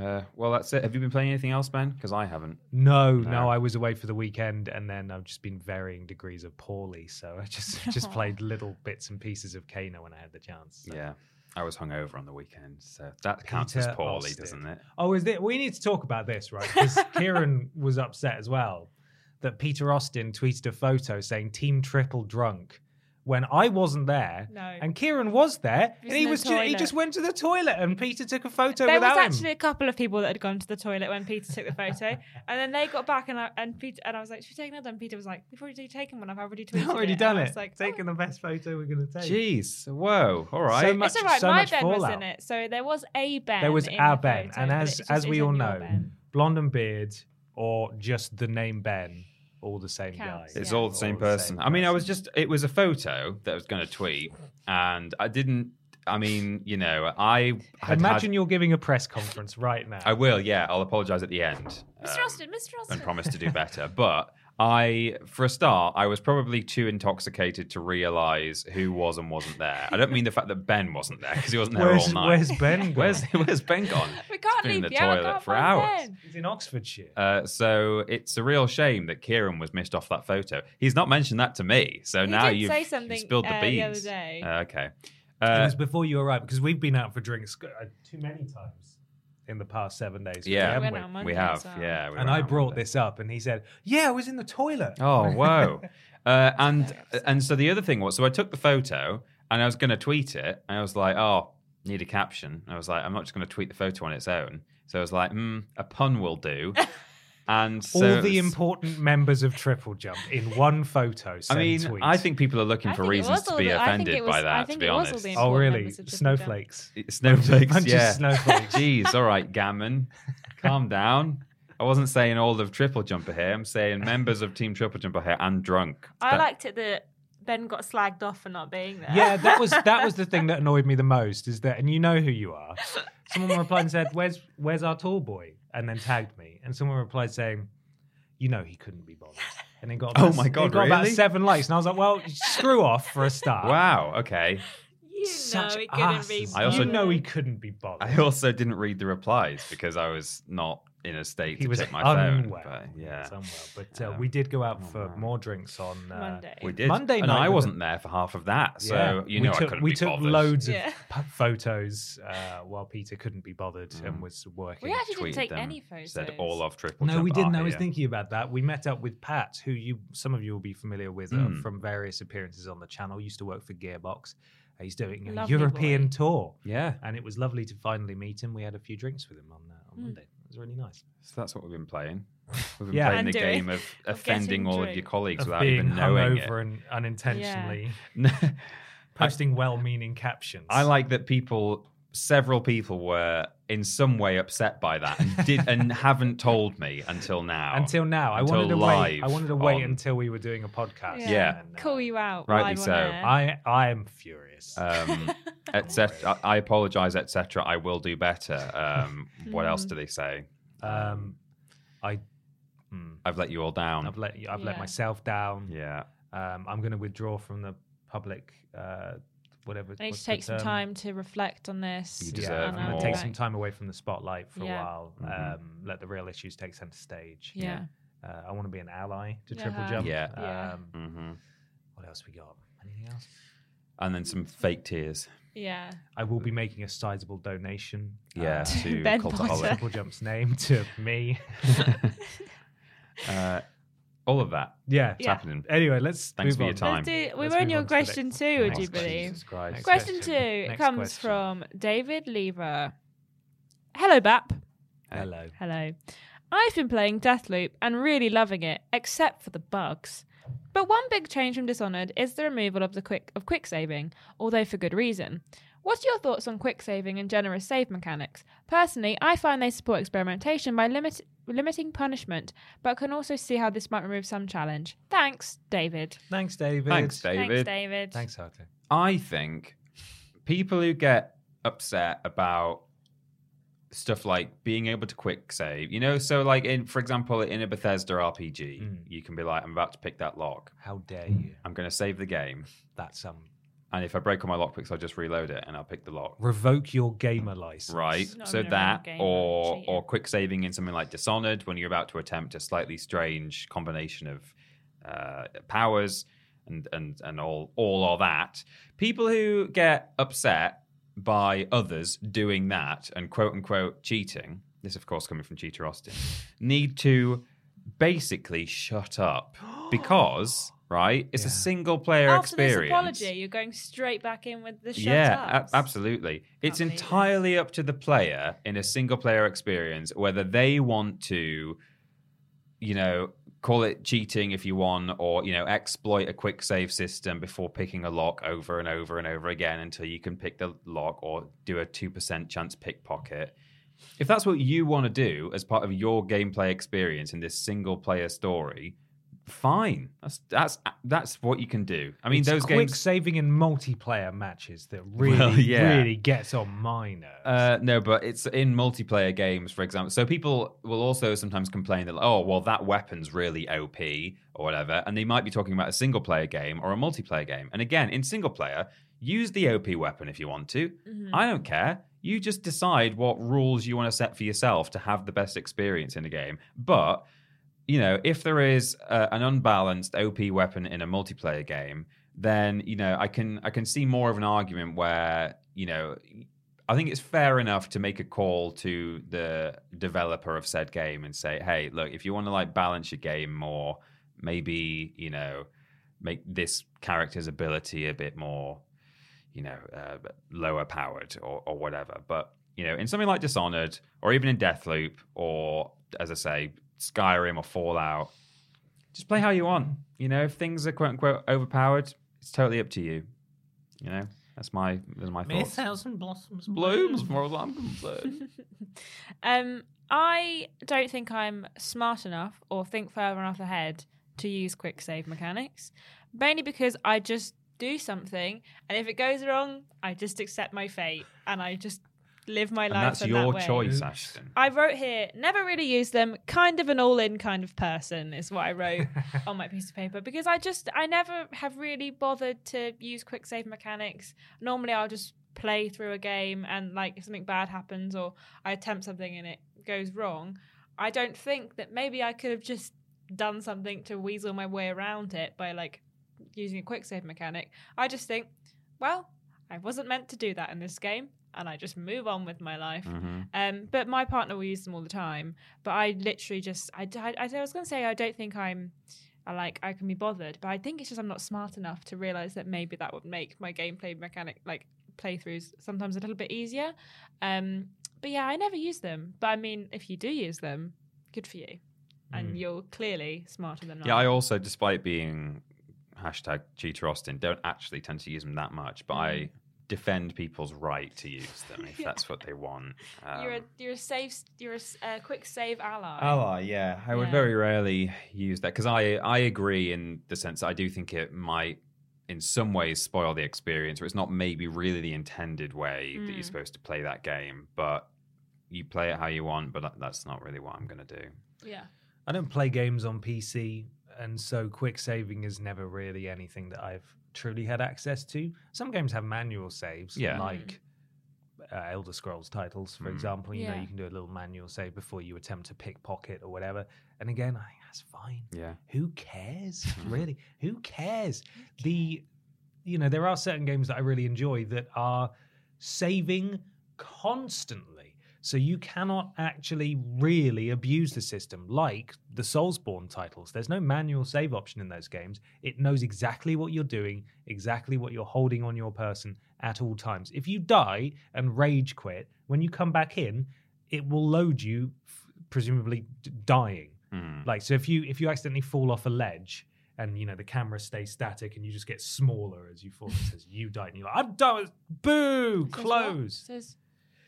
Uh, well, that's it. Have you been playing anything else, Ben? Because I haven't.
No,
No.
no, I was away for the weekend, and then I've just been varying degrees of poorly. So I just just
Aw.
played little bits and pieces of Kano when I had the chance. so.
Yeah. I was hungover on the weekend, so that counts
Peter
as poorly,
Austin.
doesn't it?
Oh, is it? We need to talk about this, right? Because Kieran was upset as well that Peter Austin tweeted a photo saying "Team Triple drunk" when I wasn't there
No.
and Kieran was there
He
and
was in
he
the
was ju- he
toilet.
just went to the toilet and Peter took a photo
there
without
was actually
him.
a couple of people that had gone to the toilet when Peter took the photo, and then they got back and I, and Peter and I was like, "Should we take another?" And Peter was like, "We've already taken one. I've already tweeted
We've already
it."
done
and I
it.
was like,
Taking the best photo we're going to take.
Jeez. Whoa. All right.
So
"Oh,
much,
it's all right.
so
my
much
Ben
fallout.
was in it, so there was a Ben.
There was
in
our
the
Ben,
photo,
and
but it
as
just
as we
isn't
all
your
know,
Ben.
blonde and beard, or just the name Ben, all the same
Counts,
guy.
It's
Yeah.
all the same person. I mean, I was just, it was a photo that I was going to tweet, and I didn't, I mean, you know, I. Had
Imagine
had,
you're giving a press conference right now.
I will, yeah. I'll apologize at the end.
Mr.
uh,
um,
Austin, Mr. Austin,
and promise to do better. But I, for a start, I was probably too intoxicated to realize who was and wasn't there. I don't mean the fact that Ben wasn't there because he wasn't there all
where's,
night.
where's Ben?
where's,
gone?
where's Ben gone?
we can't
been in
leave
the
you. I
toilet
can't
for
find
hours.
Ben.
He's in Oxfordshire.
Uh, so it's a real shame that Kieran was missed off that photo. He's not mentioned that to me. So
He
now
did
you've,
say
you've
something,
spilled the
uh,
beans.
the other day.
Uh, okay.
it
Uh,
was before you arrived because we've been out for drinks uh, too many times in the past seven days. really,
Yeah.
We
haven't
went
we?
out Monday
we have,
as well.
yeah. we
and
went
I
out
brought
Monday.
this up, and he said, "Yeah, I was in the toilet."
Oh whoa! uh, and and so the other thing was, so I took the photo and I was going to tweet it, and I was like, oh, need a caption. I was like, I'm not just going to tweet the photo on its own. So I was like, hmm, a pun will do. And so
all the
it's-
important members of Triple Jump in one photo.
I
send
mean,
tweet.
I think people are looking
I
for
think it
reasons
was
to
all
be
the- I think
offended
it was-
by
I
that. To
think
be
it was all
honest,
the
Oh
Important
really?
members of Triple Jump.
Snowflakes.
snowflakes.
Bunch
yeah,
of snowflakes.
Jeez, all right, Gammon, calm down. I wasn't saying all of Triple Jumper here. I'm saying members of Team Triple Jumper here and drunk.
I
That-
liked it that Ben got slagged off for not being there.
yeah, that was that was the thing that annoyed me the most is that, and you know who you are. Someone replied and said, "Where's where's our tall boy?" and then tagged me, and someone replied saying, "You know he couldn't be bothered." And it got
Oh
about-
my God,
it got about
really?
seven likes, and I was like, "Well, screw off for a start."
Wow. Okay.
You
Such
know he couldn't be.
asses.
I also-
you know he couldn't be bothered.
I also didn't read the replies because I was not in a state
he
to
was
check my phone.
unwell.
But
He
yeah,
was unwell, but uh,
Um,
we did go out
oh,
for
wow.
more drinks on uh,
Monday.
we did.
Monday
and
night
I
with
wasn't there for half of that, so
Yeah.
you know
we
I
took,
couldn't
we
be
took
bothered.
loads
Yeah.
of p- photos uh, while Peter couldn't be bothered
Mm.
and was working.
We actually didn't
Tweeted
take
them,
any photos.
Said all of triple.
no,
Jump
we didn't.
are
I was
here.
thinking about that. We met up with Pat, who you some of you will be familiar with uh,
Mm.
from various appearances on the channel. Used to work for Gearbox. Uh, he's doing a
Lovely
European
boy.
tour,
Yeah,
and it was lovely to finally meet him. We had a few drinks with him on uh, on
Mm.
Monday. It was really nice.
so that's what we've been playing. We've been
Yeah.
playing
And
the
doing-
game of
of
offending
getting
all of
drunk.
your colleagues
Of
without
being
even knowing it.
hungover and unintentionally
No.
posting well-meaning captions.
I like that people, several people were in some way upset by that and did and haven't told me until now.
until now. I
Until
wanted to wait. I
live
wanted to wait
on-
until we were doing a podcast.
Yeah.
Yeah.
and, uh,
Call you out.
Rightly
live on
so.
air.
I I am furious.
um, etc. I apologize, etc. I will do better. Um, what else do they say?
um, I mm,
I've let you all down.
I've let you, I've let
Yeah.
myself down.
Um, yeah,
Um, I'm going to withdraw from the public. Uh, whatever.
I need
what's
to
the
take some
term?
time to reflect on this.
You
Yeah,
deserve
I'm gonna
more.
take some time away from the spotlight for a
Yeah.
while.
Mhm.
Um, let the real issues take center stage.
Yeah.
Uh, I want to be an ally to Triple
Uh-huh.
Jump.
Yeah.
Yeah.
Um,
hmm
What else we got? Anything else?
and then some fake tears.
Yeah.
I will be making a sizable donation.
Yeah,
uh,
to
Ben
Follow
Potter.
cultaholic.
Triple Jump's name to me.
uh, all of that.
Yeah.
It's
Yeah.
happening.
Anyway, let's move
Thanks for your
on.
time.
Let's do, we
Let's
were on
move
your
on to the next
question two, would
Next
you
question.
believe?
Jesus Christ. Next
Question,
question.
two it
Next
comes
question.
from David Lever. Hello, Bap.
Hello.
Hello. I've been playing Deathloop and really loving it, except for the bugs. But one big change from Dishonored is the removal of the quick of quick saving, although for good reason. What are your thoughts on quick saving and generous save mechanics? Personally, I find they support experimentation by limit, limiting punishment, but can also see how this might remove some challenge. Thanks, David.
Thanks, David.
Thanks,
Thanks,
David.
David.
Thanks, Arthur.
I think people who get upset about stuff like being able to quick save, you know, so like in, for example, in a Bethesda RPG,
Mm.
you can be like, I'm about to pick that lock.
How dare you?
I'm going to save the game.
That's um, some
And if I break all my lockpicks, I'll just reload it and I'll pick the lock.
revoke your gamer license.
Right.
It's not
So
even a real
that
game,
or
cheating.
or quick saving in something like Dishonored when you're about to attempt a slightly strange combination of uh, powers and and and all all of that. People who get upset by others doing that and quote unquote cheating, this of course coming from Cheater Austin, need to basically shut up because right? It's a
Yeah.
single player
After this
experience.
apology, you're going straight back in with the shut
yeah,
ups.
a- absolutely. It's
believe it.
entirely up to the player in a single player experience whether they want to, you know, call it cheating if you want, or, you know, exploit a quick save system before picking a lock over and over and over again until you can pick the lock or do a 2% chance pickpocket. If that's what you want to do as part of your gameplay experience in this single player story, fine. That's that's that's what you can do. I mean,
It's
those
quick
games
saving in multiplayer matches that really,
yeah.
really gets on my nerves.
Uh, no, but it's in multiplayer games, for example. So people will also sometimes complain that, oh, well, that weapon's really OP or whatever, and they might be talking about a single player game or a multiplayer game. And again, in single player, use the OP weapon if you want to. I don't care. You just decide what rules you want to set for yourself to have the best experience in the game. But you know, if there is uh, an unbalanced OP weapon in a multiplayer game, then you know I can I can see more of an argument where you know I think it's fair enough to make a call to the developer of said game and say, hey, look, if you want to like balance your game more, maybe you know make this character's ability a bit more you know uh, lower powered or, or whatever but you know in something like dishonored or even in deathloop or as i say skyrim or fallout just play how you want you know if things are quote unquote overpowered it's totally up to you you know that's my that's my thoughts
thousand blossoms
Mm.
blooms more as i'm concerned
Um, I don't think I'm smart enough or think further enough ahead to use quick save mechanics, mainly because I just do something, and if it goes wrong, I just accept my fate and I just live my
and
life.
that's
in
your
that way.
choice
Oops.
ashton
I wrote here, never really used them, kind of an all in kind of person, is what I wrote on my piece of paper because I just, I never have really bothered to use quick save mechanics. Normally I'll just play through a game and like if something bad happens or I attempt something and it goes wrong, I don't think that maybe I could have just done something to weasel my way around it by like using a quick save mechanic. I just think, well, I wasn't meant to do that in this game and I just move on with my life.
Mhm.
Um, but my partner will use them all the time. But I literally just, I, I, I was going to say, I don't think I'm, I like, I can be bothered. But I think it's just I'm not smart enough to realize that maybe that would make my gameplay mechanic, like playthroughs, sometimes a little bit easier. Um, but yeah, I never use them. But I mean, if you do use them, good for you.
Mm.
And you're clearly smarter than
Yeah,
I.
I also, despite being hashtag cheater Austin, don't actually tend to use them that much, but
Mm.
I defend people's right to use them if that's what they want. Um,
you're a you're a save you're a s- uh, quick save ally.
Ally, yeah. Oh, I would
Yeah.
very rarely use that because I, I agree in the sense that I do think it might, in some ways, spoil the experience, or it's not maybe really the intended way that you're
Mm.
supposed to play that game, but you play it how you want, but that- that's not really what I'm going to do.
Yeah.
I don't play games on PC, and so quick saving is never really anything that I've truly had access to. Some games have manual saves,
Yeah.
like uh, Elder Scrolls titles, for
Mm.
example. You know,
Mm. Yeah.
you can do a little manual save before you attempt to pickpocket or whatever. And again, I think that's fine.
Yeah.
Who cares? Really? Who cares? The you know, there are certain games that I really enjoy that are saving constantly. So you cannot actually really abuse the system like the Soulsborne titles. There's no manual save option in those games. It knows exactly what you're doing, exactly what you're holding on your person at all times. If you die and rage quit, when you come back in, it will load you f- presumably d- dying.
Mm.
Like so if you if you accidentally fall off a ledge and you know the camera stays static and you just get smaller as you fall, it says you died and you're like, I'm done boo,
Says what?
close.
Says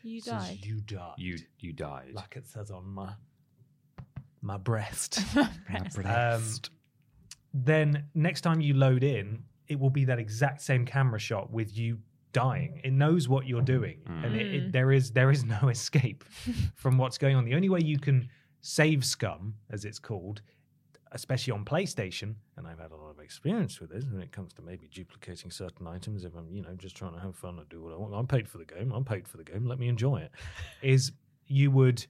you
It says,
died.
you died.
You, you died.
like it says on my my breast. Um,
Blessed.
then next time you load in, it will be that exact same camera shot with you dying. It knows what you're doing, and it, it,
Mm.
there is there is no escape from what's going on. The only way you can save scum, as it's called, especially on PlayStation, and I've had a lot of experience with this when it comes to maybe duplicating certain items. If I'm you know just trying to have fun and do what I want, I'm paid for the game. I'm paid for the game. Let me enjoy it. is you would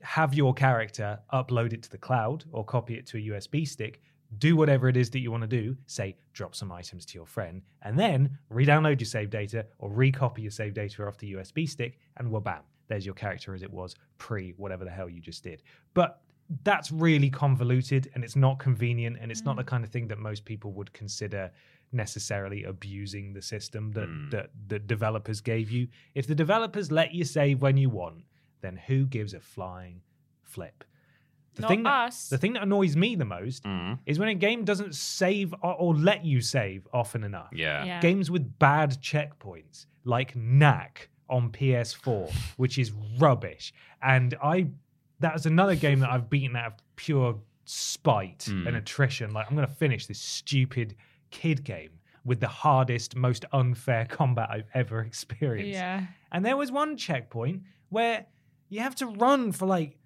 have your character upload it to the cloud or copy it to a USB stick, do whatever it is that you want to do, say drop some items to your friend, and then re-download your save data or recopy your save data off the USB stick, and wabam, there's your character as it was pre whatever the hell you just did. But that's really convoluted and it's not convenient and it's not the kind of thing that most people would consider necessarily abusing the system that
Mm.
that the developers gave you. If the developers let you save when you want, then who gives a flying flip? The
Not
thing that,
us.
The thing that annoys me the most
Mm.
is when a game doesn't save or, or let you save often enough.
Yeah.
Yeah.
Games with bad checkpoints, like Knack on PS4, which is rubbish. And I, that was another game that I've beaten out of pure spite
Hmm.
Mm.
and attrition. Like I'm going to finish this stupid kid game with the hardest, most unfair combat I've ever experienced.
Yeah.
And there was one checkpoint where you have to run for like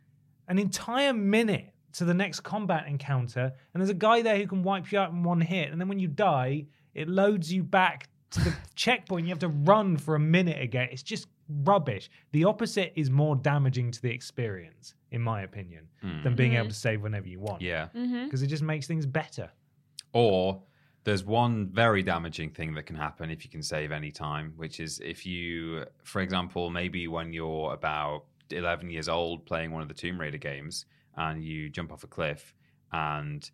an entire minute to the next combat encounter, and there's a guy there who can wipe you out in one hit. And then when you die, it loads you back to the checkpoint. You have to run for a minute again. It's just rubbish. The opposite is more damaging to the experience, in my opinion,
Mm.
than being
Mhm.
able to save whenever you want.
Yeah.
Mm-hmm.
Because it just makes things better.
Or there's one very damaging thing that can happen if you can save any time, which is if you, for example, maybe when you're about 11 years old playing one of the Tomb Raider games and you jump off a cliff and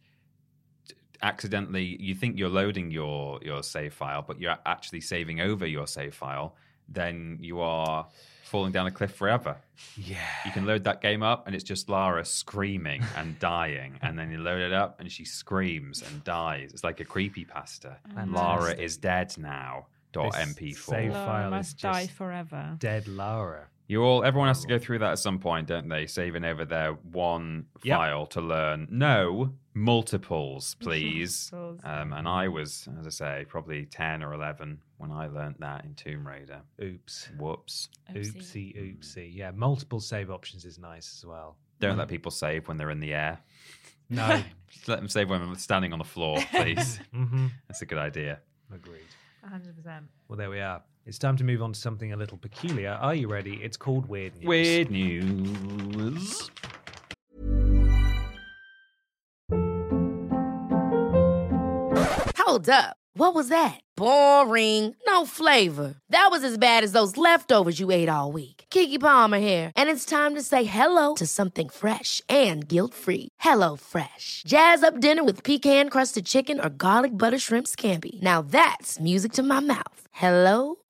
accidentally you think you're loading your your save file but you're actually saving over your save file then you are falling down a cliff forever
Yeah.
you can load that game up and it's just Lara screaming and dying. And then you load it up and she screams and dies. It's like a creepy pasta.
Fantastic.
Lara is dead now. Dot
This
MP4.
save-
Laura
file is
must die
just-
forever.
Dead Lara.
You all, everyone has to go through that at some point, don't they? Saving over their one
Yep.
file to learn. No multiples, please.
Multiples.
Uh,
um, and I was, as I say, probably ten or eleven when I learnt that in Tomb Raider.
Oops.
Whoops!
Oopsie.
Oopsie, oopsie. Yeah, multiple save options is nice as well.
Don't let people save when they're in the air.
No.
Just let them save when they're standing on the floor, please.
mm-hmm.
That's a good idea.
Agreed.
100%.
Well, there we are. It's time to move on to something a little peculiar. Are you ready? It's called Weird News.
Weird news.
Hold up. What was that? Boring. No flavor. That was as bad as those leftovers you ate all week. Kiki Palmer here, and it's time to say hello to something fresh and guilt-free. Hello Fresh. Jazz up dinner with pecan-crusted chicken or garlic butter shrimp scampi. Now that's music to my mouth. Hello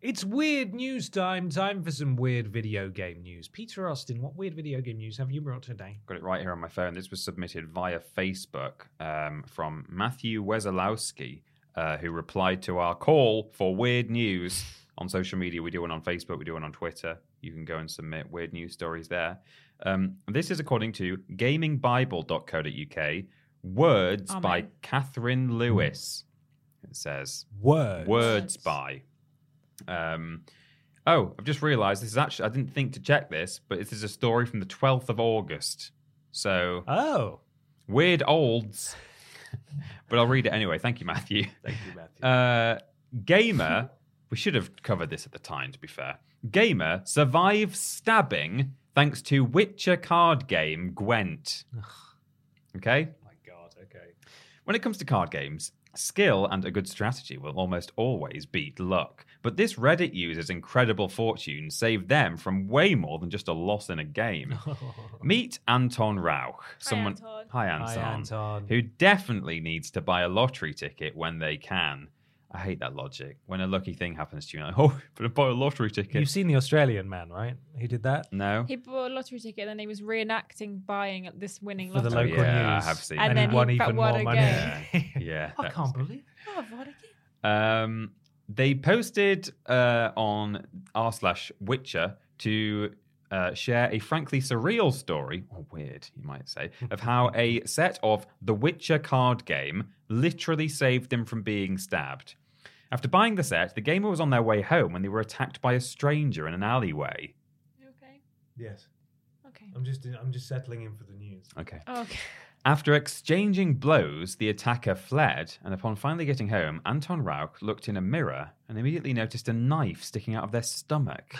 It's weird news time. Time for some weird video game news. Peter Austin, what weird video game news have you brought today?
Got it right here on my phone. This was submitted via Facebook um, from Matthew Wesolowski, uh, who replied to our call for weird news on social media. We do one on Facebook, we do one on Twitter. You can go and submit weird news stories there. Um, this is according to gamingbible.co.uk. Words
Amen.
by Catherine Lewis. It says.
Word.
Words by. Um, oh, I've just realised this is actually, I didn't think to check this, but this is a story from the 12th of August. So,
Oh.
weird olds. but I'll read it anyway. Thank you, Matthew.
Thank you, Matthew.
Uh, gamer, we should have covered this at the time, to be fair. Gamer survives stabbing thanks to Witcher card game Gwent. Okay?
my God. Okay.
When it comes to card games, skill and a good strategy will almost always beat luck. But this Reddit user's incredible fortune saved them from way more than just a loss in a game. Meet Anton Rauch. Someone
Anton.
Hi,
Hi, Anton.
who definitely needs to buy a lottery ticket when they can. I hate that logic. When a lucky thing happens to you, you're like, oh, but I bought a lottery ticket.
You've seen the Australian man, right? Who did that?
no.
He bought a lottery ticket and then he was reenacting buying this winning
For the
lottery.
local
yeah, I
news.
have seen
And
that.
then he
won
bet
even
one
more money.
again.
Yeah.
I
that
can't believe.
Oh, I've won again.
Um, they posted uh, on r slash Witcher to uh, share a frankly surreal story, or weird, you might say, of how a set of the Witcher card game literally saved them from being stabbed. After buying the set, the gamer was on their way home when they were attacked by a stranger in an alleyway.
You okay?
Yes,
Okay.
I'm just I'm just settling in for the news.
Okay.
Um,
Okay.
After exchanging blows, the attacker fled, and upon finally getting home, Anton Rauch looked in a mirror and immediately noticed a knife sticking out of their stomach.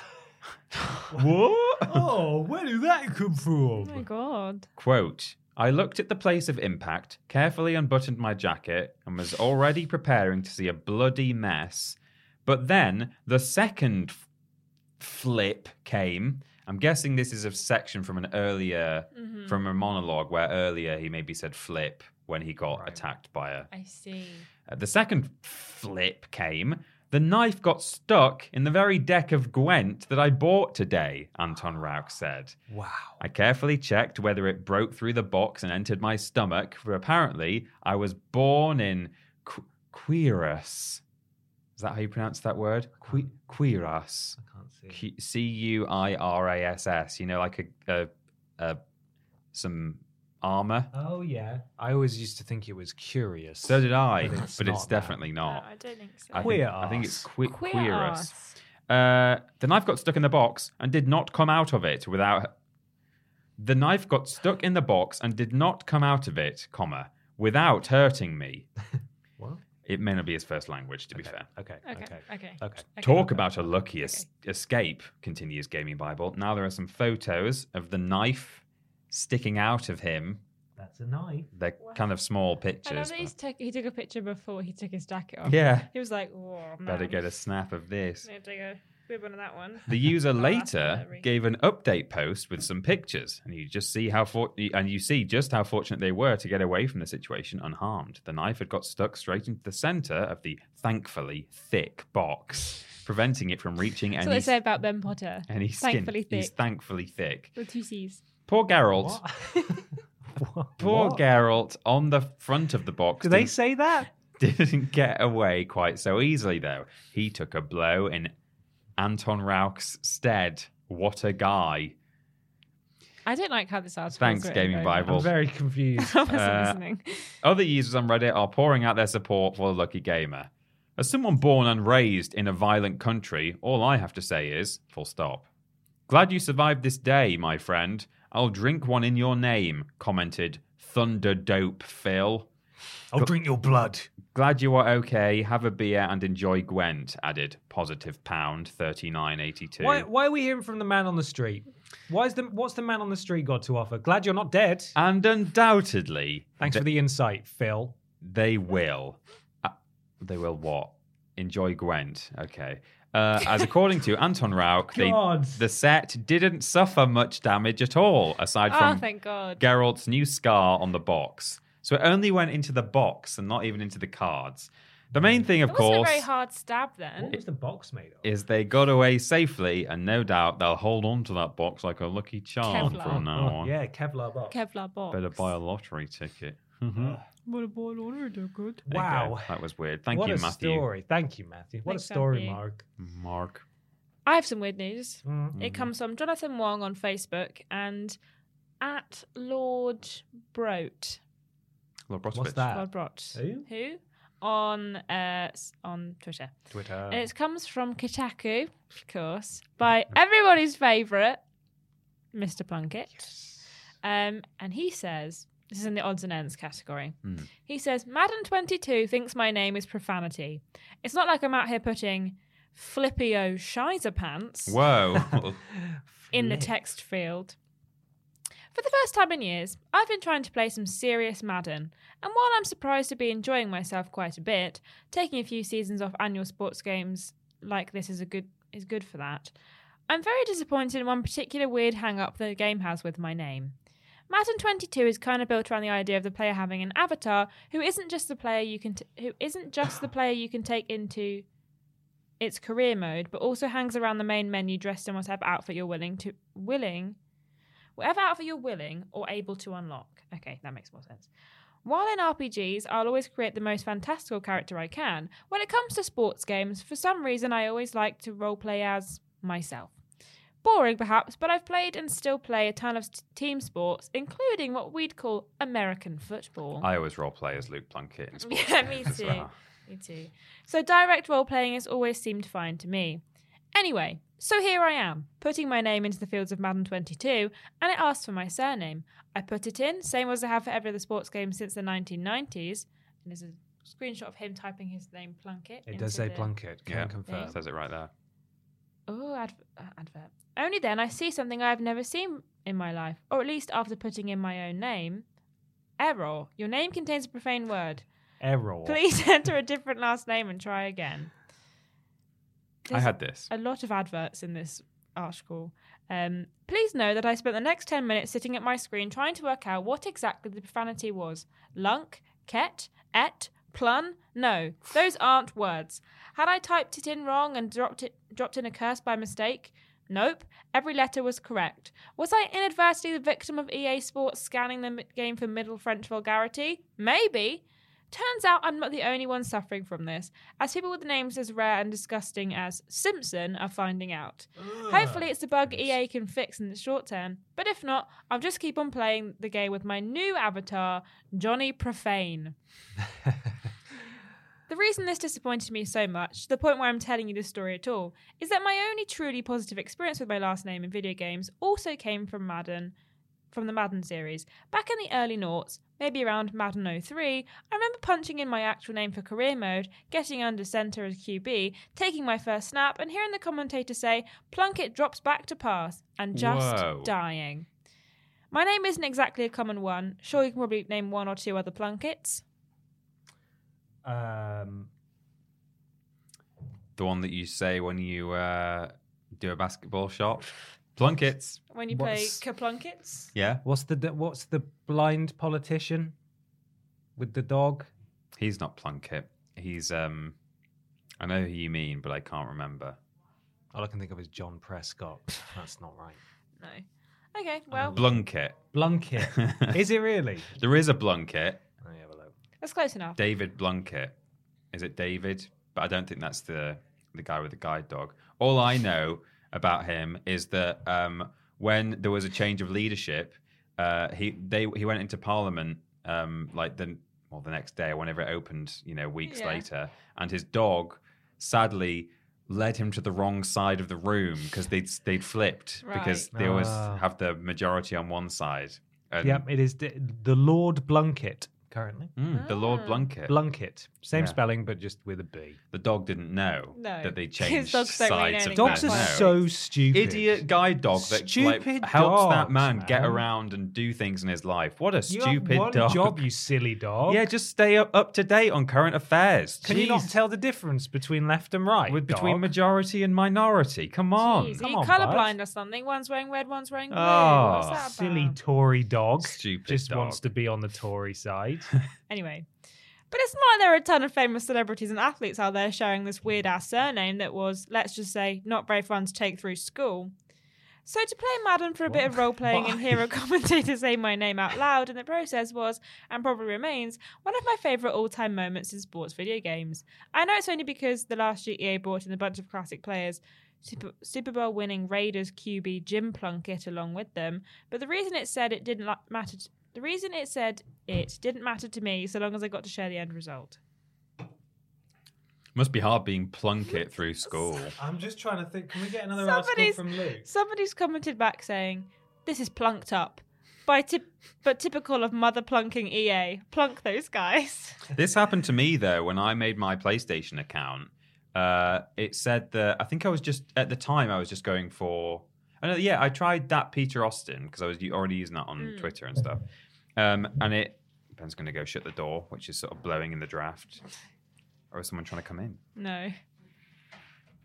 what?
oh, where did that come
Oh my
from?
god.
Quote I looked at the place of impact, carefully unbuttoned my jacket, and was already preparing to see a bloody mess. But then the second f- flip came. I'm guessing this is a section from an earlier, from a monologue where earlier he maybe said flip when he got attacked by a
I see.
uh, The second flip came. The knife got stuck in the very deck of Gwent that I bought today, Anton Rauch said.
Wow.
I carefully checked whether it broke through the box and entered my stomach, for apparently I was born in Qu- Quirus. Is that how you pronounce that word? Qu- Quirus.
I can't see.
Q- C U I R A S S. You know, like a, a, a some armor.
Oh yeah. I always used to think it was curious.
So did I,
But it's
but it's
not that.
definitely
No,
Uh,
not.
I don't think so.
I think,
Queer
I think
arse.
it's que-
Queer
queerus.
arse.
Uh, the knife got stuck in the box and did not come out of it without. The knife got stuck in the box and did not come out of it, comma, without hurting me.
What?
It may not be his first language, to be fair.
Okay.
Okay.
Okay.
Okay.
Okay.
Talk about a lucky es- escape, continues Gaming Bible. Now there are some photos of the knife sticking out of him.
That's a knife.
They're kind of
I
small
love
pictures.
that he's took, he took a picture before he took his jacket
but-
off.
yeah.
He was like, whoa, man.
Better get a snap of this.
Need to go bib on that one.
The user
Oh, that's
later
hilarious.
gave an update post with some pictures, and you just see how for- and you see just how fortunate they were to get away from the situation unharmed. The knife had got stuck straight into the center of the thankfully thick box, preventing it from reaching
That's
any
what they say about Ben Potter.
any skin.
Thankfully
He's
thick.
thankfully thick.
With two C's.
Poor Geralt.
What? What?
Poor
What?
Geralt on the front of the box.
Do they
didn't-
say that?
didn't get away quite so easily, though. He took a blow in Anton Rauch's stead. What a guy.
I don't like how this article
Thanks,
is written,
Gaming
though.
Bible.
I'm very confused.
I wasn't
Uh,
listening.
Other users on Reddit are pouring out their support for the lucky gamer. As someone born and raised in a violent country, all I have to say is, full stop. Glad you survived this day, my friend. I'll drink one in your name, commented Thunder Dope Phil.
I'll drink your blood.
Glad you are okay. Have a beer and enjoy Gwent, added Positive Pound 3982.
Why, why are we hearing from the man on the street? Why is the what's the man on the street got to offer? Glad you're not dead.
And undoubtedly,
Thanks for Uh, the insight, Phil.
They will. Uh, they will what? Enjoy Gwent. Okay. Uh, as according to Anton Rauch, they,
God.
the set didn't suffer much damage at all, aside
Oh,
from
thank God.
Geralt's new scar on the box. So it only went into the box and not even into the cards. The
Hmm.
main thing, of
It wasn't a
course,
very hard stab then.
What was the box made of?
is they got away safely, and no doubt they'll hold on to that box like a lucky charm
Kevlar.
from now on.
Oh, yeah, Kevlar box.
Kevlar box.
Better buy a lottery ticket. Mm-hmm.
What a ball order, they're good.
There you go.
Wow.
that was weird. Thank
what
you,
a
Matthew.
story. Thank you, Matthew. What
Thanks,
a story,
Matthew.
Mark.
Mark.
I have some weird news.
Mm.
It comes from Jonathan Wong on Facebook and at Lord Brot.
Lord
What's
Brotovich.
that?
Lord Brot.
Who?
Who? On uh, s- on Twitter.
Mm.
Twitter.
And it comes from Kotaku, of course, by everybody's favourite, Mr. Plunkett. Um, and he says, this is in the odds and ends category. He says, Madden22 thinks my name is profanity. It's not like I'm out here putting flippy o shizer pants
Whoa.
in the
Flip.
text field. For the first time in years, I've been trying to play some serious Madden, and while I'm surprised to be enjoying myself quite a bit, taking a few seasons off annual sports games like this is a good is good for that. I'm very disappointed in one particular weird hang up the game has with my name. Madden 22 is kind of built around the idea of the player having an avatar who isn't just the player you can t- who isn't just the player you can take into its career mode, but also hangs around the main menu dressed in whatever outfit you're willing to willing whatever outfit you're willing or able to unlock. Okay, that makes more sense. While in RPGs, I'll always create the most fantastical character I can. When it comes to sports games, for some reason, I always like to roleplay as myself. Boring, perhaps, but I've played and still play a ton of t- team sports, including what we'd call American football.
I always role play as Luke Plunkett. in sports
Yeah, me
games as
too.
well.
Me too. So direct role playing has always seemed fine to me. Anyway, so here I am, putting my name into the fields of Madden 22, and it asks for my surname. I put it in, same as I have for every other sports game since the 1990s. And there's a screenshot of him typing his name Plunkett.
It does
into
say
the-
Plunkett. Can
Yeah.
confirm.
Says it right there.
Oh, adver- uh, advert. Only then I see something I have never seen in my life, or at least after putting in my own name. Error. Your name contains a profane word.
Error.
Please enter a different last name and try again.
I
There's
had this.
a lot of adverts in this article. Um, please know that I spent the next 10 minutes sitting at my screen trying to work out what exactly the profanity was. Lunk, ket, et, plun? No, those aren't words. Had I typed it in wrong and dropped it dropped in a curse by mistake? Nope, every letter was correct. Was I inadvertently the victim of EA Sports scanning the m- game for Middle French vulgarity? Maybe. Turns out I'm not the only one suffering from this, as people with names as rare and disgusting as Simpson are finding out. Hopefully, it's a bug EA can fix in the short term, but if not, I'll just keep on playing the game with my new avatar, Johnny Profane. The reason this disappointed me so much, to the point where I'm telling you this story at all, is that my only truly positive experience with my last name in video games also came from Madden, from the Madden series. Back in the early noughts, maybe around Madden 03, I remember punching in my actual name for career mode, getting under centre as QB, taking my first snap, and hearing the commentator say, Plunkett drops back to pass, and just
Whoa.
dying. My name isn't exactly a common one. Sure, you can probably name one or two other Plunkets.
Um,
The one that you say when you uh, do a basketball shot. Plunkets.
When you
What's-
play Kaplunkets?
Yeah.
what's the what's the blind politician with the dog?
He's not Plunkett. He's um I know who you mean, but I can't remember.
All I can think of is John Prescott. That's not right.
No. Okay, well,
Blunkett.
Blunkett. is it really?
There is a Blunkett.
Let me have a look.
that's close enough.
David Blunkett. Is it David? But I don't think that's the the guy with the guide dog. All I know about him is that um, when there was a change of leadership, uh, he they he went into Parliament um, like the well the next day, or whenever it opened, you know, weeks
Yeah.
later, and his dog sadly led him to the wrong side of the room because they'd they'd flipped because they always
Ah.
have the majority on one side. And
Yep, it is d- the Lord Blunkett currently.
mm, the Lord Blunkett.
Blunkett. Same
Yeah.
spelling, but just with a B.
the dog didn't know
No.
that they
His
changed
dogs don't really
sides
know
of
anything
Dogs
that.
are
No.
so stupid.
Idiot guide dog that like,
Stupid
helps that
dogs,
man, get
man.
around and do things in his life. What a
You
stupid
have one
dog.
job, you silly dog.
Yeah, just stay up, up to date on current affairs.
Can you not
Jeez.
tell the difference between left and right?
With- between
dog?
majority and minority? Come on.
Jeez, are
come
you
on,
colourblind
bud. Ah,
or something? One's wearing red, one's wearing blue.
Oh,
What's that
silly
about?
Tory dog.
Stupid
Just
dog.
wants to be on the Tory side.
anyway. But it's not like there are a ton of famous celebrities and athletes out there sharing this weird ass surname that was, let's just say, not very fun to take through school. So to play Madden for a bit
What?
of role playing and hear
Why?
a commentator say my name out loud in the process was, and probably remains, one of my favourite all time moments in sports video games. I know it's only because the last GTA brought in a bunch of classic players, Super, Super Bowl winning Raiders QB Jim Plunkett along with them, but the reason it said it didn't li- matter. To, the reason it said it didn't matter to me so long as I got to share the end result.
Must be hard being Plunkett through school.
I'm just trying to think. Can we get another
Somebody's-
article from Luke?
Somebody's commented back saying, "This is plunked up." By tip but typical of mother plunking EA. Plunk those guys.
this happened to me though when I made my PlayStation account. Uh, it said that I think I was just at the time I was just going for. I know, yeah, I tried that Peter Austin because I was u- already using that on
Hmm.
Twitter and stuff. Um, and it Ben's going to go shut the door, which is sort of blowing in the draft. Or is someone trying to come in?
No.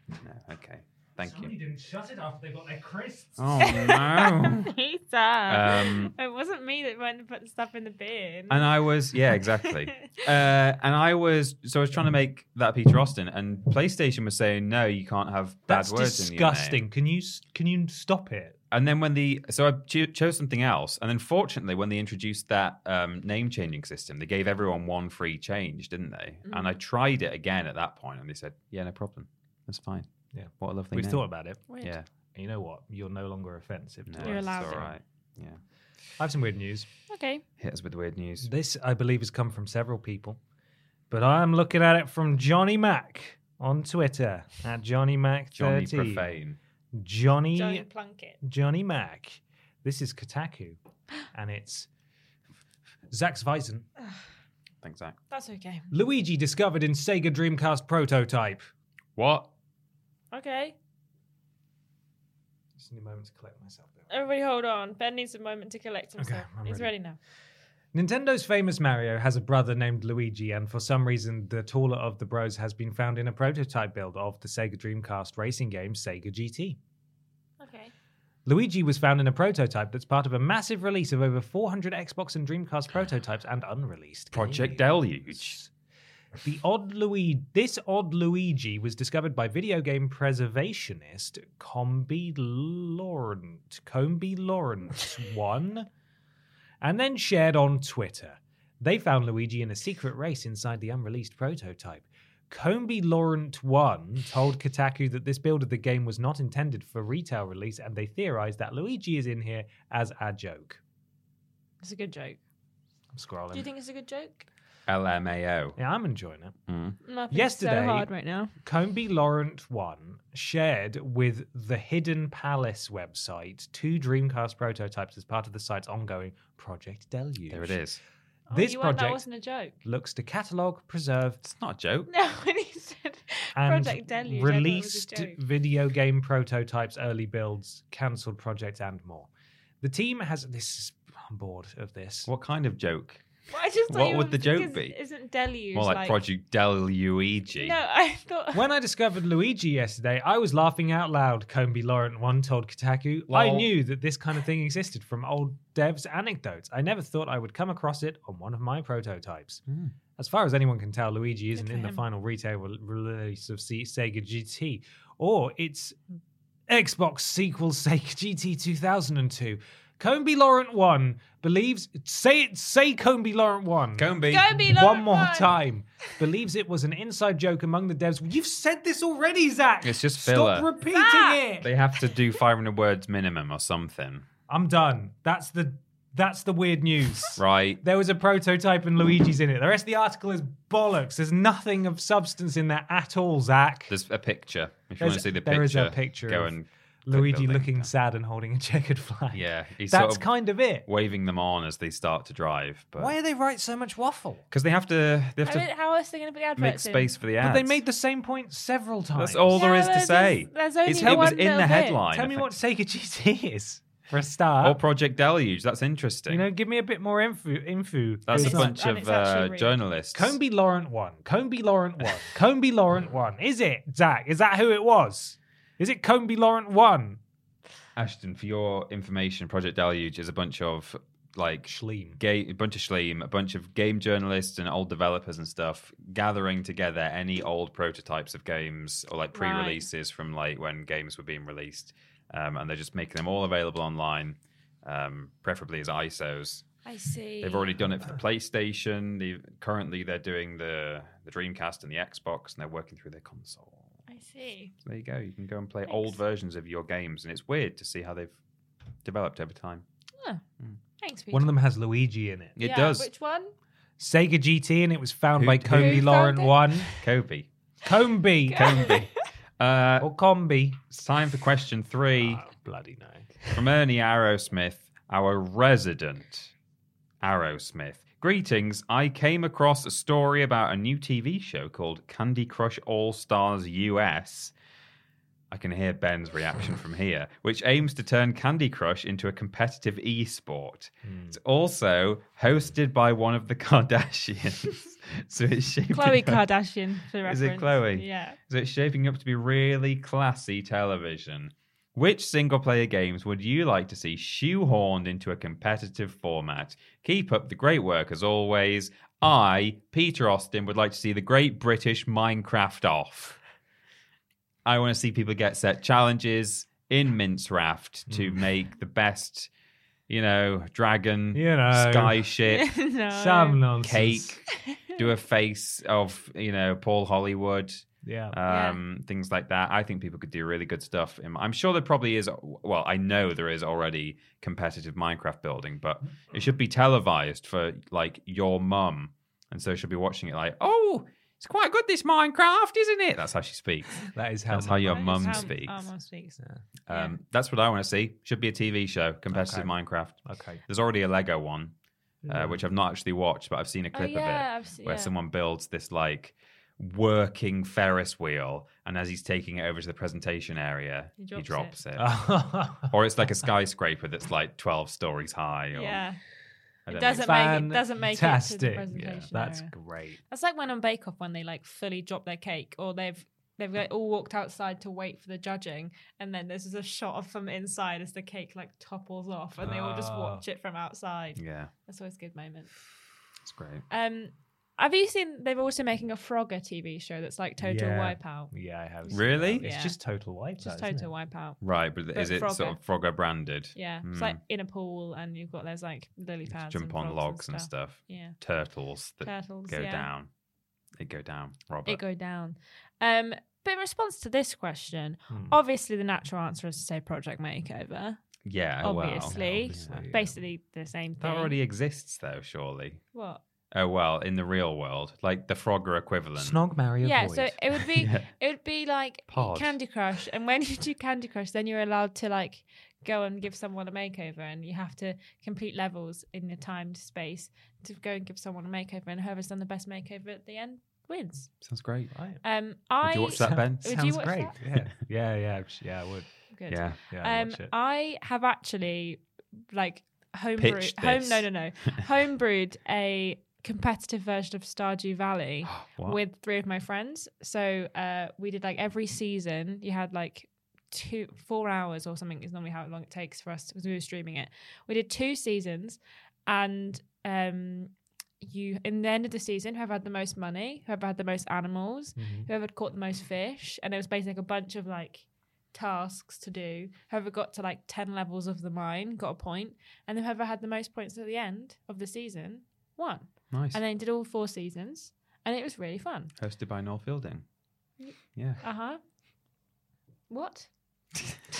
No, okay. Thank you.
didn't shut it after they got their crisps.
Oh no.
Peter.
um,
it wasn't me that went and put the stuff in the bin.
and I was yeah exactly. Uh, and I was so I was trying to make that Peter Austin, and PlayStation was saying no, you can't have bad
That's
words in your name.
disgusting. Can you s- can you stop it?
And then when the so I cho- chose something else, and then fortunately when they introduced that um, name changing system, they gave everyone one free change, didn't they?
Mm.
And I tried it again at that point, and they said yeah, no problem, that's fine.
Yeah.
what a lovely
We've
name.
thought about it.
Weird.
yeah,
And you know what? You're no longer offensive. To
no,
You're
us.
it's
allowed
all
it.
right. Yeah,
I have some weird news.
Okay.
hit us with weird news.
This, I believe, has come from several people, but I'm looking at it from Johnny Mac on Twitter at Johnny Mac
Johnny
13.
Profane.
Johnny
Johnny Plunkett.
Johnny Mac. This is Kotaku, and it's Zack Svison.
Thanks, Zach.
That's okay.
Luigi discovered in Sega Dreamcast prototype.
What?
Okay.
Just need a moment to collect myself. There.
Everybody hold on. Ben needs a moment to collect himself.
I'm
He's
ready.
ready now.
Nintendo's famous Mario has a brother named Luigi, and for some reason, the taller of the bros has been found in a prototype build of the Sega Dreamcast racing game Sega GT.
Okay.
Luigi was found in a prototype that's part of a massive release of over 400 Xbox and Dreamcast prototypes and unreleased.
Project
games.
Deluge.
The odd Luigi, this odd Luigi was discovered by video game preservationist Comby Laurent, Comby Laurent one, and then shared on Twitter. They found Luigi in a secret race inside the unreleased prototype. Comby Laurent one told Kotaku that this build of the game was not intended for retail release, and they theorized that Luigi is in here as a joke.
It's a good joke.
I'm scrolling.
Do you think it's a good joke?
LMAO.
yeah, I'm enjoying it.
Mm.
Nothing
Yesterday-
so hard right now.
Comby Laurent One shared with the Hidden Palace website two Dreamcast prototypes as part of the site's ongoing Project Deluge.
There it is.
This
Oh, you weren't-
project
that wasn't a joke.
looks to catalogue, preserve,
It's not a joke.
No, when he said
and
Project Deluge, I thought it was a
released
joke.
video game prototypes, early builds, cancelled projects, and more. The team has this. is- I'm bored of this.
What kind of joke?
Well, I just thought
What
you
would
were-
the joke
because
be?
Isn't deluge
More like, Project Deluigi.
No, I thought.
When I discovered Luigi yesterday, I was laughing out loud, Comby Laurent one told Kotaku. I
Lol.
knew that this kind of thing existed from old devs' anecdotes. I never thought I would come across it on one of my prototypes.
Hmm.
As far as anyone can tell, Luigi isn't
Look at
in the
him.
final retail re- release of Se- Sega GT or its Xbox sequel Sega GT 2002. Comby Laurent 1 believes say it say Comby Laurent 1
Comby.
Go be
one
Lauren
more
Fine.
time. Believes it was an inside joke among the devs. You've said this already, Zach.
It's just
Stop
filler.
repeating it.
They have to do 500 words minimum or something,
I'm done. That's the that's the weird news.
right?
There was a prototype and Luigi's in it. The rest of the article is bollocks. There's nothing of substance in there at all, Zach.
There's a picture. If you
There's-
want to see the picture,
there is a picture
Go
of
and
Luigi
building.
looking sad and holding a checkered flag.
yeah, he's
that's
sort of
kind of it.
waving them on as they start to drive. But
Why do they write so much waffle?
Because they have to, they have
I
to
mean, how else are they going to put the
make
adverts in?
space for the
But
ads.
they made the same point several times.
That's all there
Yeah,
is to
there's-
say.
there's only
It's- it was
one
in
little
the
bit.
headline.
Tell me
I
what
think.
Sega GT is for a start.
Or Project Deluge. That's interesting.
You know, give me a bit more info. info.
That's
It's
a
It's-
bunch
and
of
it's actually
uh,
rude.
journalists.
Comby Laurent one. Comby Laurent one. Comby Laurent one. Is it Zach? Is that who it was? Is it Comby Laurent one?
Ashton, for your information, Project Deluge is a bunch of like
Schleem.
ga- a bunch of schleem, a bunch of game journalists and old developers and stuff gathering together any old prototypes of games or like
Right.
pre-releases from like when games were being released, um, and they're just making them all available online, um, preferably as ISOs.
I see.
They've already done it for the PlayStation. They currently they're doing the the Dreamcast and the Xbox, and they're working through their console.
I see.
So there you go. You can go and play old
Thanks.
versions of your games, and it's weird to see how they've developed over time.
Thanks, Peter.
One of them has Luigi in it.
It
Yeah,
does.
Which one?
Sega GT, and it was found
Who
by
did-
Who
Comby
found
Laurent
it?
one.
Kobe.
Comby.
Comby. Uh,
or Comby.
It's time for question three
Oh, bloody no.
from Ernie Arrowsmith, our resident Arrowsmith. Greetings. I came across a story about a new TV show called Candy Crush All Stars US. I can hear Ben's reaction from here, which aims to turn Candy Crush into a competitive e-sport. It's also hosted by one of the Kardashians. so it's shaping
Chloe
up-
Kardashian for reference.
Is it Chloe?
Yeah.
So it's shaping up to be really classy television. Which single player games would you like to see shoehorned into a competitive format? Keep up the great work as always. I, Peter Austin, would like to see the Great British Minecraft off. I want to see people get set challenges in Mince Raft to make the best, you know, dragon,
You know.
sky ship,
no.
Some nonsense.
cake, do a face of, you know, Paul Hollywood
Yeah.
Yeah.
um, things like that. I think people could do really good stuff. in- I'm sure there probably is. Well, I know there is already competitive Minecraft building, but it should be televised for like your mum, and so she'll be watching it like, oh, it's quite good this Minecraft, isn't it? That's how she speaks.
that is how.
That's how your
Right,
mum
how
speaks.
Our mum speaks. Yeah.
Um, that's what I want to see. Should be a TV show, competitive
Okay.
Minecraft.
Okay.
There's already a Lego one, uh, which I've not actually watched, but I've seen a
Oh
clip of it
yeah, I've seen.
where
yeah.
someone builds this like working Ferris wheel, and as he's taking it over to the presentation area,
He
he drops,
drops
it.
Ah. or
or it's like a skyscraper that's like twelve stories high. Or,
Yeah,
I
it
don't know.
doesn't make it doesn't make it to the
Fantastic.
presentation.
That's
area.
great.
That's like when on Bake Off when they like fully drop their cake or they've they've like, all walked outside to wait for the judging and then there's just a shot of from inside as the cake like topples off and they all just
Ah.
watch it from outside.
Yeah,
That's always a good moment.
it's great.
Um have you seen they're also making a Frogger TV show that's like Total
Yeah.
Wipeout?
Yeah, I have.
Really?
It's
Yeah.
just total white.
Just Total Wipeout.
Right, but, is
But
it sort of Frogger branded?
Yeah. It's
Mm.
like in a pool and you've got those like lily
You can
pads.
jump
and
on
frogs
logs and stuff.
Yeah.
Turtles that
Turtles.
go
yeah.
down. They go down, Robert.
It go down. Um but in response to this question,
Hmm.
obviously the natural answer is to say Project Makeover.
yeah, oh, well,
obviously.
Obviously,
Basically the same thing.
that already exists though, surely.
What?
Oh well, in the real world, like the Frogger equivalent.
Snog, marry,
Yeah,
avoid.
so it would be
Yeah.
it would be like
Pod.
Candy Crush, and when you do Candy Crush, then you're allowed to like go and give someone a makeover, and you have to complete levels in a timed space to go and give someone a makeover, and whoever's done the best makeover at the end wins.
Sounds great.
Right.
Um, I
Would you watch that, Ben?
Would you
Sounds
watch
great.
that?
Yeah. yeah, yeah, I'd- yeah. I would.
Good.
Yeah.
Yeah, I'd
Um,
watch it.
I have actually like homebrewed
Pitched
home
this.
no no no homebrewed a competitive version of Stardew Valley
What?
with three of my friends. So uh, we did like every season. You had like two, four hours or something is normally how long it takes for us because we were streaming it. We did two seasons, and um, you in the end of the season, whoever had the most money, whoever had the most animals,
Mhm.
whoever had caught the most fish, and it was basically like a bunch of like tasks to do. Whoever got to like ten levels of the mine got a point, and then whoever had the most points at the end of the season won.
Nice.
And then did all four seasons, and it was really fun.
Hosted by Noel Fielding. Yeah.
Uh huh. What?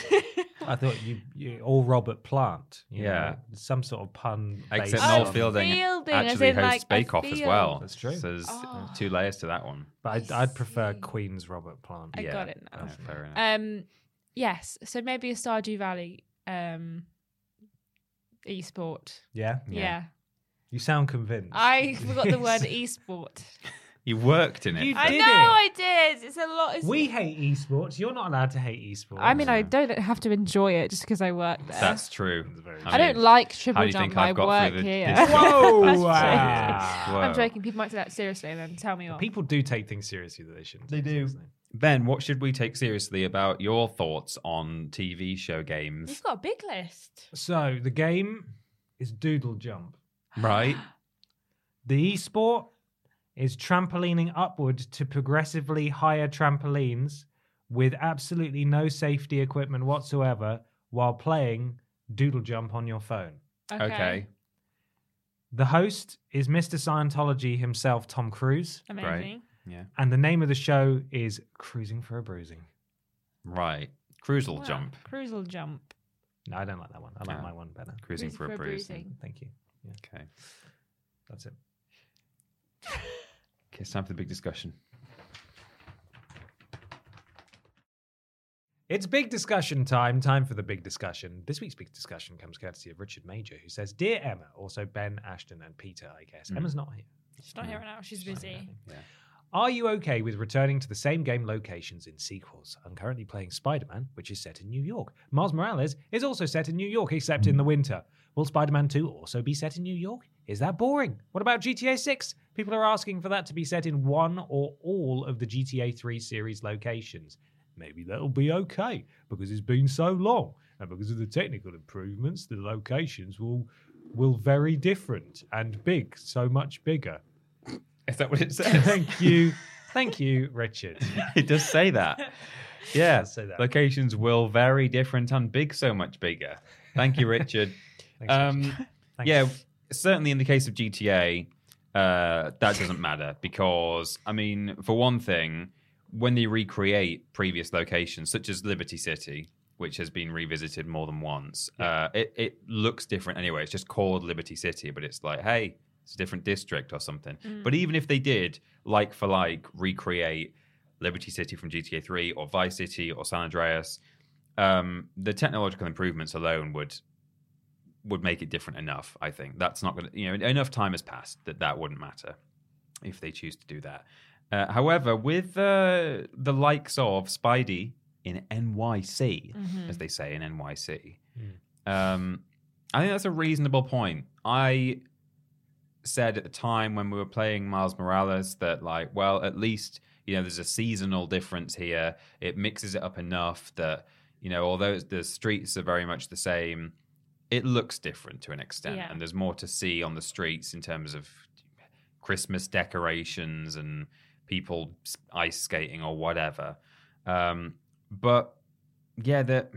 I thought you, you all Robert Plant. you
Yeah.
know, some sort of pun.
Except
based
Noel
Oh,
on-
Fielding,
Fielding, as
actually
in,
hosts
like, a
Bake Off as well.
field.
That's true.
So there's
Oh.
two layers to that one.
But I'd,
I
I'd prefer
see.
Queen's Robert Plant.
I
yeah.
got it now.
yeah, fair enough.
Um, yes. So maybe a Stardew Valley um, esport.
Yeah.
Yeah.
Yeah.
You sound convinced.
I forgot the word esport.
you worked in it.
You
though.
I know
did it.
I did. It's a lot. It's
We hate esports. You're not allowed to hate esports.
I mean, I don't have to enjoy it just because I work there.
That's true.
That's very
I, don't like triple
how do you
jump.
think I've
I
got
work
through the
here.
distance?
Whoa!
I'm joking.
wow.
I'm
Whoa.
joking. People might take that seriously and then tell me off.
People do take things seriously that they shouldn't.
They
take,
do.
sometimes.
Ben, what should we take seriously about your thoughts on TV show games?
You've got a big list.
So the game is Doodle Jump.
Right?
The esport is trampolining upward to progressively higher trampolines with absolutely no safety equipment whatsoever while playing Doodle Jump on your phone.
Okay.
Okay.
The host is Mr. Scientology himself, Tom Cruise,
Amazing.
Yeah.
and the name of the show is Cruising for a Bruising.
Right. Cruisal
Wow.
jump.
Cruisal jump.
No, I don't like that one. I like
Ah.
my one better.
Cruising
Cruise
for a bruise.
bruising.
Thank you.
Okay.
That's it.
Okay, it's time for the big discussion.
It's big discussion time. Time for the big discussion. This week's big discussion comes courtesy of Richard Major, who says, "Dear Emma, also Ben, Ashton, and Peter. I guess
Mm.
Emma's not here.
Hmm.
She's not here right now. She's busy.
Yeah.
Are you okay with returning to the same game locations in sequels? I'm currently playing Spider Man, which is set in New York. Miles Morales is also set in New York, except in the winter. Will Spider Man 2 also be set in New York? Is that boring? What about GTA 6? People are asking for that to be set in one or all of the GTA 3 series locations. Maybe that'll be okay because it's been so long and because of the technical improvements, the locations will will very different and big, so much bigger.
Is that what it says?
Thank you. Thank you, Richard.
it does say that. Yeah.
Say that.
Locations will vary different and big so much bigger. Thank you, Richard.
Thanks,
um,
Thanks.
yeah, certainly in the case of GTA, uh, that doesn't matter because, I mean, for one thing, when they recreate previous locations, such as Liberty City, which has been revisited more than once, uh, it, it looks different anyway. It's just called Liberty City, but it's like, hey, it's a different district or something. But even if they did, like for like, recreate Liberty City from GTA 3 or Vice City or San Andreas, um, the technological improvements alone would would make it different enough. I think that's not going to, you know, enough time has passed that that wouldn't matter if they choose to do that. Uh, however, with uh, the likes of Spidey in NYC,
Mm-hmm.
as they say in NYC, um, I think that's a reasonable point. I said at the time when we were playing Miles Morales that like, well, at least you know there's a seasonal difference here. It mixes it up enough that you know although it's- the streets are very much the same, it looks different to an extent,
Yeah.
and there's more to see on the streets in terms of Christmas decorations and people s- ice skating or whatever. Um, but yeah, that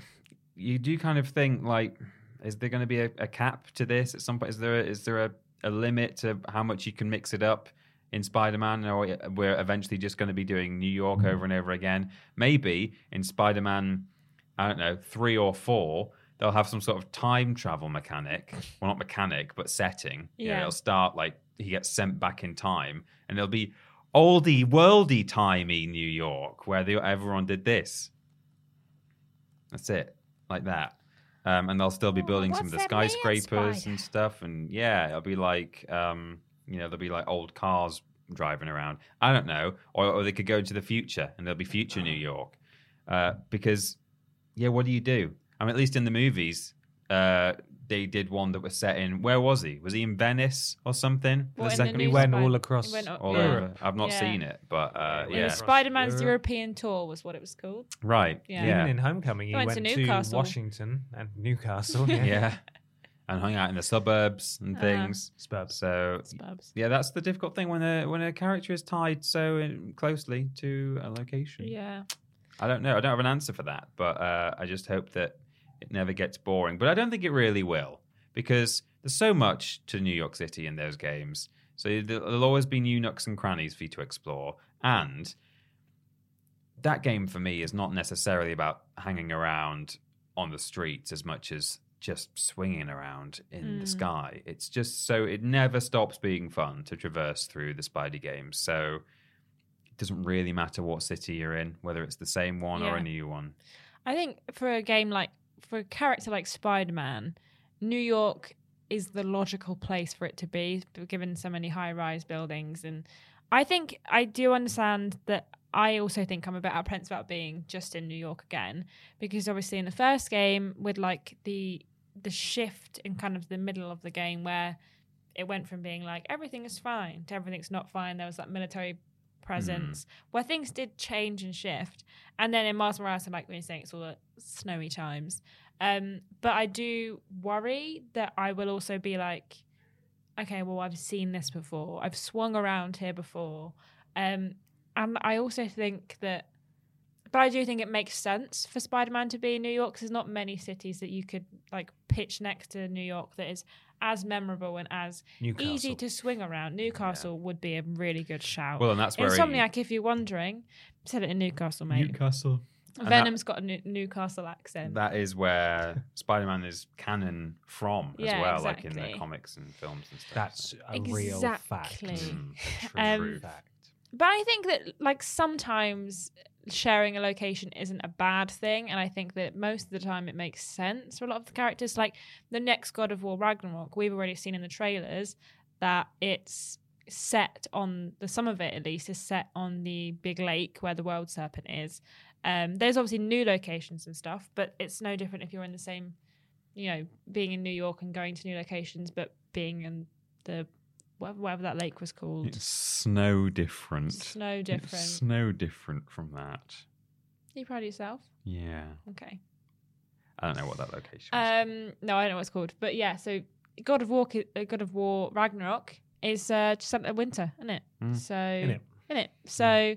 you do kind of think like, is there going to be a, a cap to this at some point? Is there a, is there a, a limit to how much you can mix it up in Spider Man, or we're eventually just going to be doing New York over and over again? Maybe in Spider Man, I don't know, three or four. They'll have some sort of time travel mechanic. Well, not mechanic, but setting. You know,
Yeah.
it'll start like he gets sent back in time, and it'll be oldie worldy timey New York where they, everyone did this. That's it, like that. Um, and they'll still be
Oh,
building some of the
what's that man
skyscrapers
spider?
and stuff. And yeah, it'll be like, um, you know, there'll be like old cars driving around. I don't know. Or, or they could go into the future and there'll be future New York. Uh, because, yeah, what do you do? I mean, at least in the movies, uh, they did one that was set in, where was he? Was he in Venice or something?
Well, in the
second
new
He went
Spider-
all across-
he went o-
all
yeah.
over. I've not
Yeah.
seen it, but uh,
Yeah,
It
yeah,
was
Across
Spider-Man's
Europe.
European tour was what it was called.
right,
Yeah.
Even
yeah,
in Homecoming, he
Went
went,
to
to,
Newcastle.
Washington and Newcastle. Yeah.
yeah, and hung out in the suburbs and
Uh,
things.
Spurs.
So
Spubs.
yeah, that's the difficult thing when a when a character is tied so in, closely to a location.
Yeah.
I don't know. I don't have an answer for that, but uh, I just hope that it never gets boring. But I don't think it really will because there's so much to New York City in those games. So there'll always be new nooks and crannies for you to explore. And that game for me is not necessarily about hanging around on the streets as much as just swinging around in the
Mm.
sky. It's just so it never stops being fun to traverse through the Spidey games. So it doesn't really matter what city you're in, whether it's the same one or
Yeah.
a new one.
I think for a game like for a character like Spider-Man, New York is the logical place for it to be, given so many high-rise buildings. And I think I do understand that. I also think I'm a bit apprehensive about being just in New York again, because obviously in the first game, with like the the shift in kind of the middle of the game where it went from being like everything is fine to everything's not fine. There was that military presence where things did change and shift. And then in Mars Morales, like we were saying, it's all the snowy times. Um, but I do worry that I will also be like, okay, well, I've seen this before. I've swung around here before. Um, and I also think that, but I do think it makes sense for Spider Man to be in New York 'cause there's not many cities that you could like pitch next to New York that is as memorable and as
Newcastle.
easy to swing around. Newcastle would be a really good shout.
Well, and that's where he-
Insomniac, if you're wondering, said it in Newcastle, mate.
Newcastle. And that-
Venom's got a New- Newcastle accent.
That is where Spider-Man is canon from as
Yeah,
well, like in the
exactly.
comics and films and stuff.
That's a real fact.
Exactly.
Mm,
A true
Um,
fact.
But I think that like sometimes sharing a location isn't a bad thing, and I think that most of the time it makes sense for a lot of the characters. Like the next God of War Ragnarok, we've already seen in the trailers that it's set on the some of it at least is set on the big lake where the world serpent is. Um, there's obviously new locations and stuff, but it's no different if you're in the same, you know, being in New York and going to new locations, but being in the whatever, whatever that lake was called.
It's snow different.
Snow
It's
different.
snow different from that.
Are you proud of yourself?
Yeah.
Okay.
I don't know what that location is.
Um, no, I don't know what it's called, but yeah. So God of War, uh, God of War Ragnarok is uh, just something winter, isn't it?
Mm.
So
Innit?
in it. Mm. So,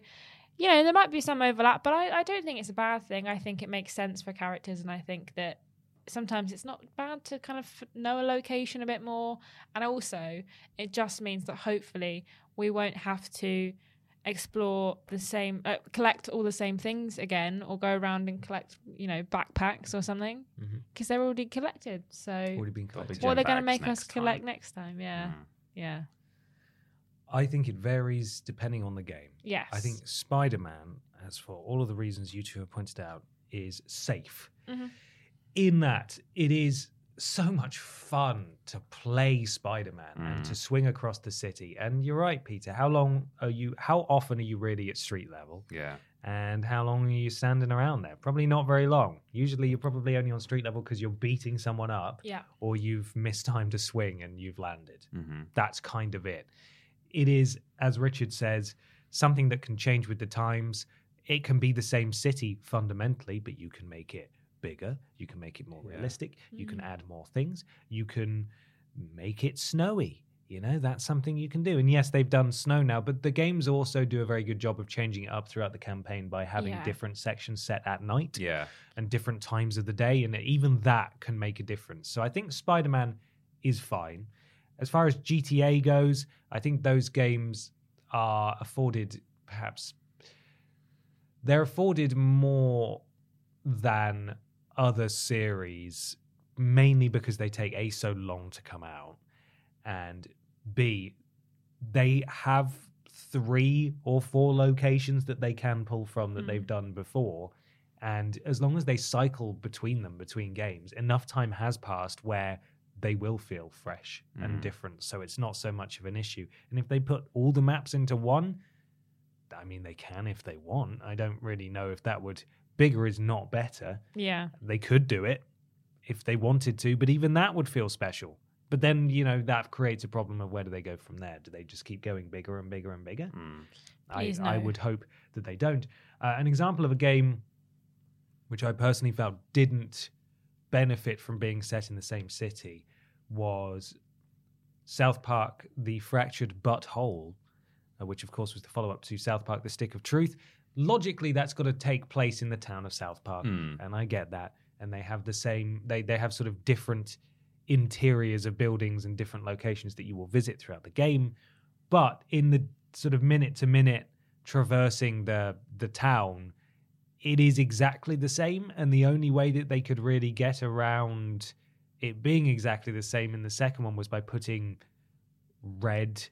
you know, there might be some overlap, but I, I don't think it's a bad thing. I think it makes sense for characters, and I think that sometimes it's not bad to kind of know a location a bit more. And also, it just means that hopefully we won't have to explore the same, uh, collect all the same things again, or go around and collect, you know, backpacks or something,
Mm-hmm.
Mhm.
because they're already collected. So,
Already been
Got a big
collected.
what are they going to
Jetpacks
make us
next time. Mm.
collect next time? Yeah.
Hmm.
Yeah.
I think it varies depending on the game.
Yes.
I think Spider Man, as for all of the reasons you two have pointed out, is safe.
Mhm.
In that it is so much fun to play Spider Man and
Mm.
to swing across the city. And you're right, Peter. How long are you? How often are you really at street level?
Yeah.
And how long are you standing around there? Probably not very long. Usually, you're probably only on street level because you're beating someone up,
Yeah.
or you've missed time to swing and you've landed
hmm
that's kind of it. It is, as Richard says, something that can change with the times. It can be the same city fundamentally, but you can make it bigger, you can make it more
Yeah.
realistic, you can
Mm.
add more things, you can make it snowy. You know, that's something you can do. And yes, they've done snow now, but the games also do a very good job of changing it up throughout the campaign by having
Yeah.
different sections set at night
Yeah.
and different times of the day, and even that can make a difference. So I think Spider Man is fine. As far as GTA goes, I think those games are afforded perhaps they're afforded more than other series, mainly because they take A so long to come out, and B, they have three or four locations that they can pull from that
Mm.
they've done before. And as long as they cycle between them, between games, enough time has passed where they will feel fresh and
Mm.
different. So it's not so much of an issue. And if they put all the maps into one, I mean, they can if they want. I don't really know if that would. Bigger is not better.
Yeah.
They could do it if they wanted to, but even that would feel special. But then, you know, that creates a problem of where do they go from there? Do they just keep going bigger and bigger and bigger?
Mm.
I,
Please
I
no.
would hope that they don't. Uh, an example of a game which I personally felt didn't benefit from being set in the same city was South Park: The Fractured Butthole, uh, which of course was the follow-up to South Park: The Stick of Truth. Logically, that's got to take place in the town of South Park,
Mm.
and I get that. And they have the same; they they have sort of different interiors of buildings and different locations that you will visit throughout the game. But in the sort of minute to minute traversing the the town, it is exactly the same. And the only way that they could really get around it being exactly the same in the second one was by putting red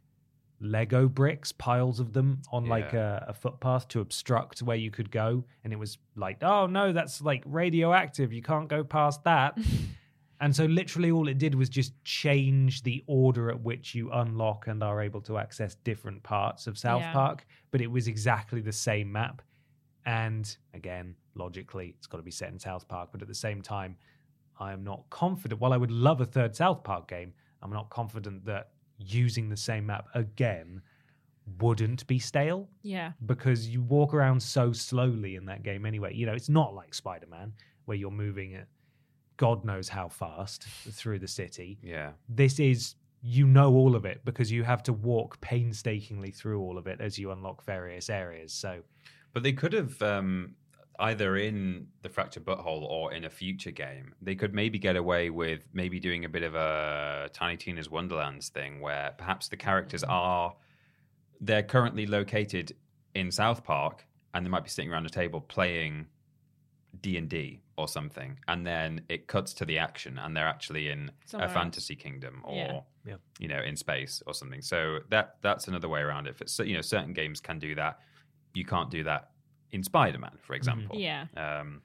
Lego bricks, piles of them, on like a, a footpath to obstruct where you could go. And it was like, oh no, that's like radioactive. You can't go past that. and so, literally, all it did was just change the order at which you unlock and are able to access different parts of South
Yeah.
Park. But it was exactly the same map. And again, logically, it's got to be set in South Park. But at the same time, I am not confident. While I would love a third South Park game, I'm not confident that using the same map again wouldn't be stale
Yeah.
because you walk around so slowly in that game anyway. You know, it's not like Spider Man where you're moving at God knows how fast through the city.
Yeah.
This is. You know all of it because you have to walk painstakingly through all of it as you unlock various areas. So,
But they could have um, either in the fractured butthole or in a future game. They could maybe get away with maybe doing a bit of a Tiny Tina's Wonderlands thing, where perhaps the characters are they're currently located in South Park, and they might be sitting around a table playing D and D or something, and then it cuts to the action, and they're actually in
Somewhere
a
else.
fantasy kingdom or.
Yeah.
Yeah.
You know, in space or something. So that that's another way around it. If it's, you know, certain games can do that. You can't do that in Spider Man, for example.
Yeah.
Um,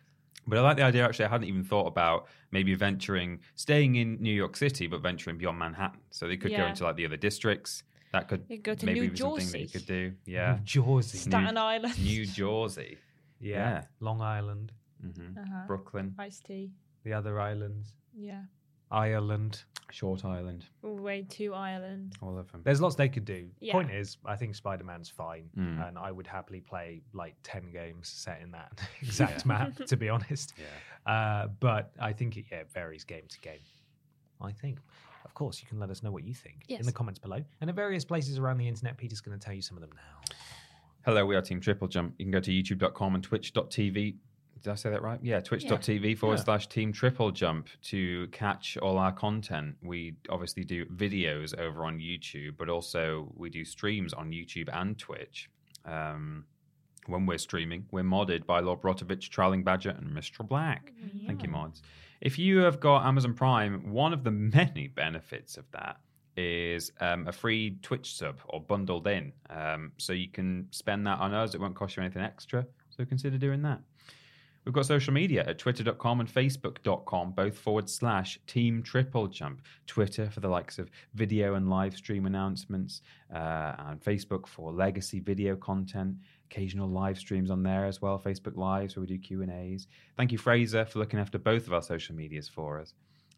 but I like the idea. Actually, I hadn't even thought about maybe venturing, staying in New York City, but venturing beyond Manhattan. So they could go
Yeah.
into like the other districts. That could
You could go to
maybe
New
be something that you
Jersey.
could do. Yeah.
New Jersey.
Staten Island.
New Jersey.
yeah.
yeah.
Long Island.
hmm
uh-huh.
Brooklyn.
Iced tea.
The other islands.
Yeah.
Ireland.
Short Island.
All the way to Ireland.
All of them.
There's lots they could do.
Yeah.
Point is, I think Spider Man's fine,
Mm.
and I would happily play like ten games set in that exact map. To be honest,
Yeah.
uh, but I think it yeah it varies game to game. I think. Of course, you can let us know what you think in
Yes.
the comments below. And at various places around the internet, Peter's going to tell you some of them now.
Hello, we are Team Triple Jump. You can go to youtube.com and twitch.tv. Did I say that right? Yeah, twitch.tv forward
Yeah.
slash Team Triple Jump to catch all our content. We obviously do videos over on YouTube, but also we do streams on YouTube and Twitch. Um, when we're streaming, we're modded by Lord Brotovich, Trailing Badger, and Mr. Black. Thank you, mods. If you have got Amazon Prime, one of the many benefits of that is um, a free Twitch sub or bundled in. Um, so you can spend that on us. It won't cost you anything extra. So consider doing that. We've got social media at twitter.com and facebook.com, both forward slash team triple jump. Twitter for the likes of video and live stream announcements, uh, and Facebook for legacy video content, occasional live streams on there as well, Facebook Lives where we do Q&As. Thank you, Fraser, for looking after both of our social medias for us.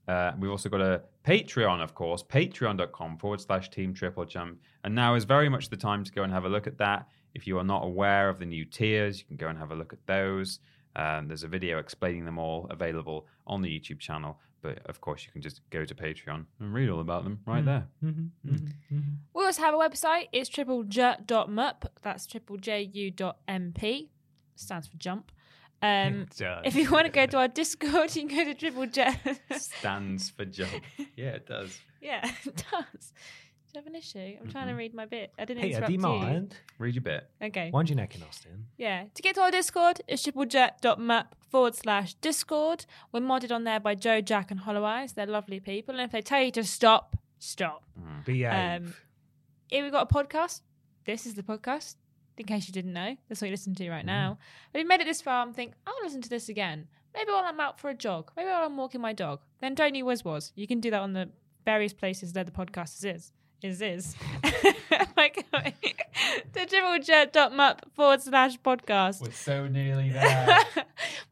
Uh, we've also got a Patreon, of course, patreon.com forward slash team triple jump. And now is very much the time to go and have a look at that. If you are not aware of the new tiers, you can go and have a look at those. Um, there's a video explaining them all available on the YouTube channel. But of course, you can just go to Patreon and read all about them
Hmm.
right there.
Mm-hmm.
Mm-hmm. We also have a website. It's triplej.mup. That's triple J U dot M P. Stands for jump. Um,
It does.
if you want to go to our Discord, you can go to triple J.
Stands for jump. Yeah, it does.
yeah, it does. Do you have an issue? I'm trying to read my bit. I didn't
Peter,
interrupt
do you
you.
mind?
Read your bit.
Okay.
uh, Wind your neck in, Austin.
Yeah. To get to our Discord, it's triplejet.map forward slash Discord. We're modded on there by Joe, Jack, and Hollow Eyes. They're lovely people. And if they tell you to stop, stop.
Hmm.
Behave.
Um, Here we've got a podcast. This is the podcast, in case you didn't know. That's what you listen to right now. But if you made it this far and think, I'll listen to this again. Maybe while I'm out for a jog. Maybe while I'm walking my dog. Then don't you whiz was. You can do that on the various places that the podcast is. Is is. My God. the triplejet.map forward slash podcast.
We're so nearly there.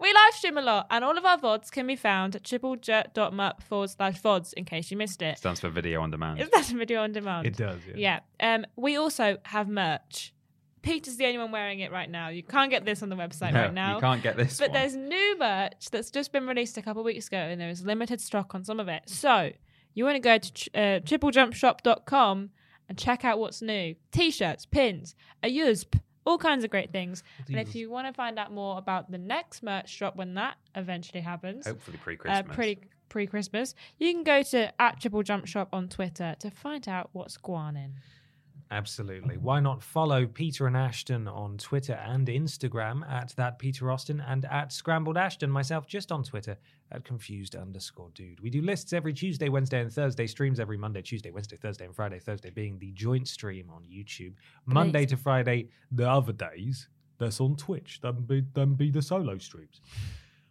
we live stream a lot, and all of our VODs can be found at triplejet.map forward slash VODs in case you missed it.
Stands for video on demand.
Is that a video on demand?
it does, yeah.
Yeah. Um, we also have merch. Peter's the only one wearing it right now. You can't get this on the website
No,
right now.
You can't get this
But
one.
there's new merch that's just been released a couple of weeks ago, and there is limited stock on some of it. So you want to go to ch- uh, triplejumpshop.com and check out what's new t shirts, pins, a USP, all kinds of great things. And if you want to find out more about the next merch drop when that eventually happens,
Hopefully pre-Christmas.
uh, pretty pre Christmas, you can go to at Triple Jump Shop on Twitter to find out what's going in.
Absolutely. Why not follow Peter and Ashton on Twitter and Instagram at that Peter Austin and at Scrambled Ashton, myself just on Twitter at confused underscore dude. We do lists every Tuesday, Wednesday, and Thursday, streams every Monday, Tuesday, Wednesday, Thursday, and Friday, Thursday being the joint stream on YouTube. Monday to Friday, the other days, that's on Twitch. Then be then be the solo streams.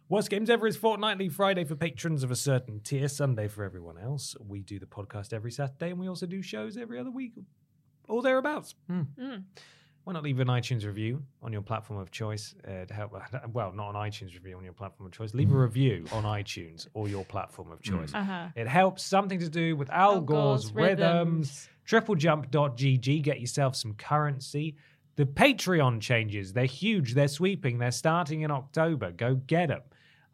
Worst Games Ever is fortnightly Friday for patrons of a certain tier, Sunday for everyone else. We do the podcast every Saturday, and we also do shows every other week or thereabouts.
Mm.
Hmm. Why not leave an iTunes review on your platform of choice uh, to help? Well, not an iTunes review on your platform of choice. Leave a review on iTunes or your platform of choice.
Uh huh.
It helps. Something to do with Al, Gore's, Ah. rhythms. Triplejump.gg. Get yourself some currency. The Patreon changes. They're huge. They're sweeping. They're starting in October. Go get them.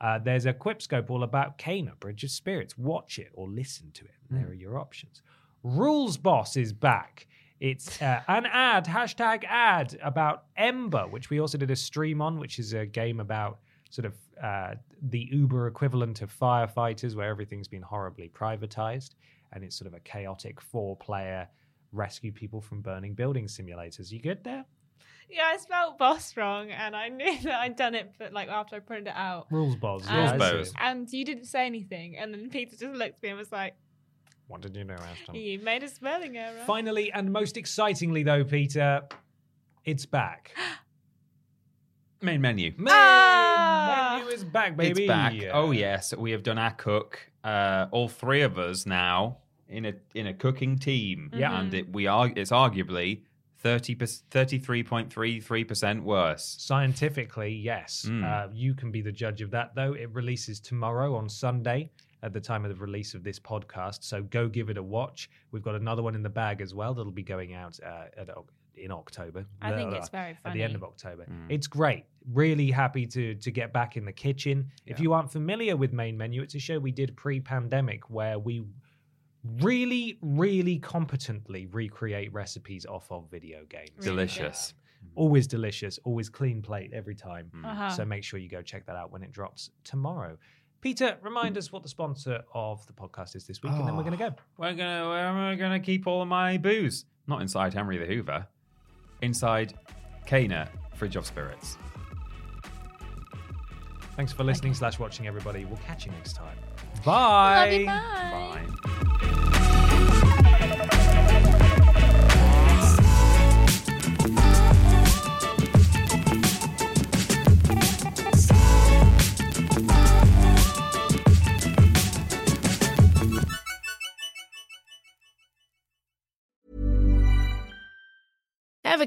Uh, there's a Quipscope all about Cana, Bridge of Spirits. Watch it or listen to it. There are your options. Rules Boss is back. It's uh, an ad, hashtag ad about Ember, which we also did a stream on, which is a game about sort of uh, the Uber equivalent of firefighters, where everything's been horribly privatized, and it's sort of a chaotic four-player rescue people from burning building simulators. You good there?
Yeah, I spelled boss wrong, and I knew that I'd done it, but like after I printed it out,
Rules balls.
Rules
yeah,
bows.
and you didn't say anything, and then Peter just looked at me and was like,
What did you know, Ashton?
"You made a spelling error."
Finally, and most excitingly, though, Peter, it's back.
Main menu.
Ah!
Menu is back, baby.
Oh, It's back. Oh yes, we have done our cook. Uh, all three of us now in a in a cooking team.
Yeah.
Mm-hmm.
and it, we are it's arguably 30 33.33 percent worse.
Scientifically, yes.
Mm.
Uh, you can be the judge of that, though. It releases tomorrow on Sunday at the time of the release of this podcast. So go give it a watch. We've got another one in the bag as well that'll be going out uh, at, Oc- in October.
I think
Blah,
it's
blah,
very
At the end
funny.
of October.
Mm.
It's great. Really happy to to get back in the kitchen. If
Yeah.
you aren't familiar with Main Menu, it's a show we did pre-pandemic where we really, really competently recreate recipes off of video games.
Really
Delicious.
Always delicious, always clean plate every time.
Mm.
Uh-huh.
So make sure you go check that out when it drops tomorrow. Peter, remind us what the sponsor of the podcast is this week, and then we're
Oh.
going to go.
We're gonna where am I gonna keep all of my booze? Not inside Henry the Hoover. Inside Cana, Fridge of Spirits.
Thanks for listening slash watching, everybody. We'll catch you next time. Bye.
Love you, bye.
Bye.
Ever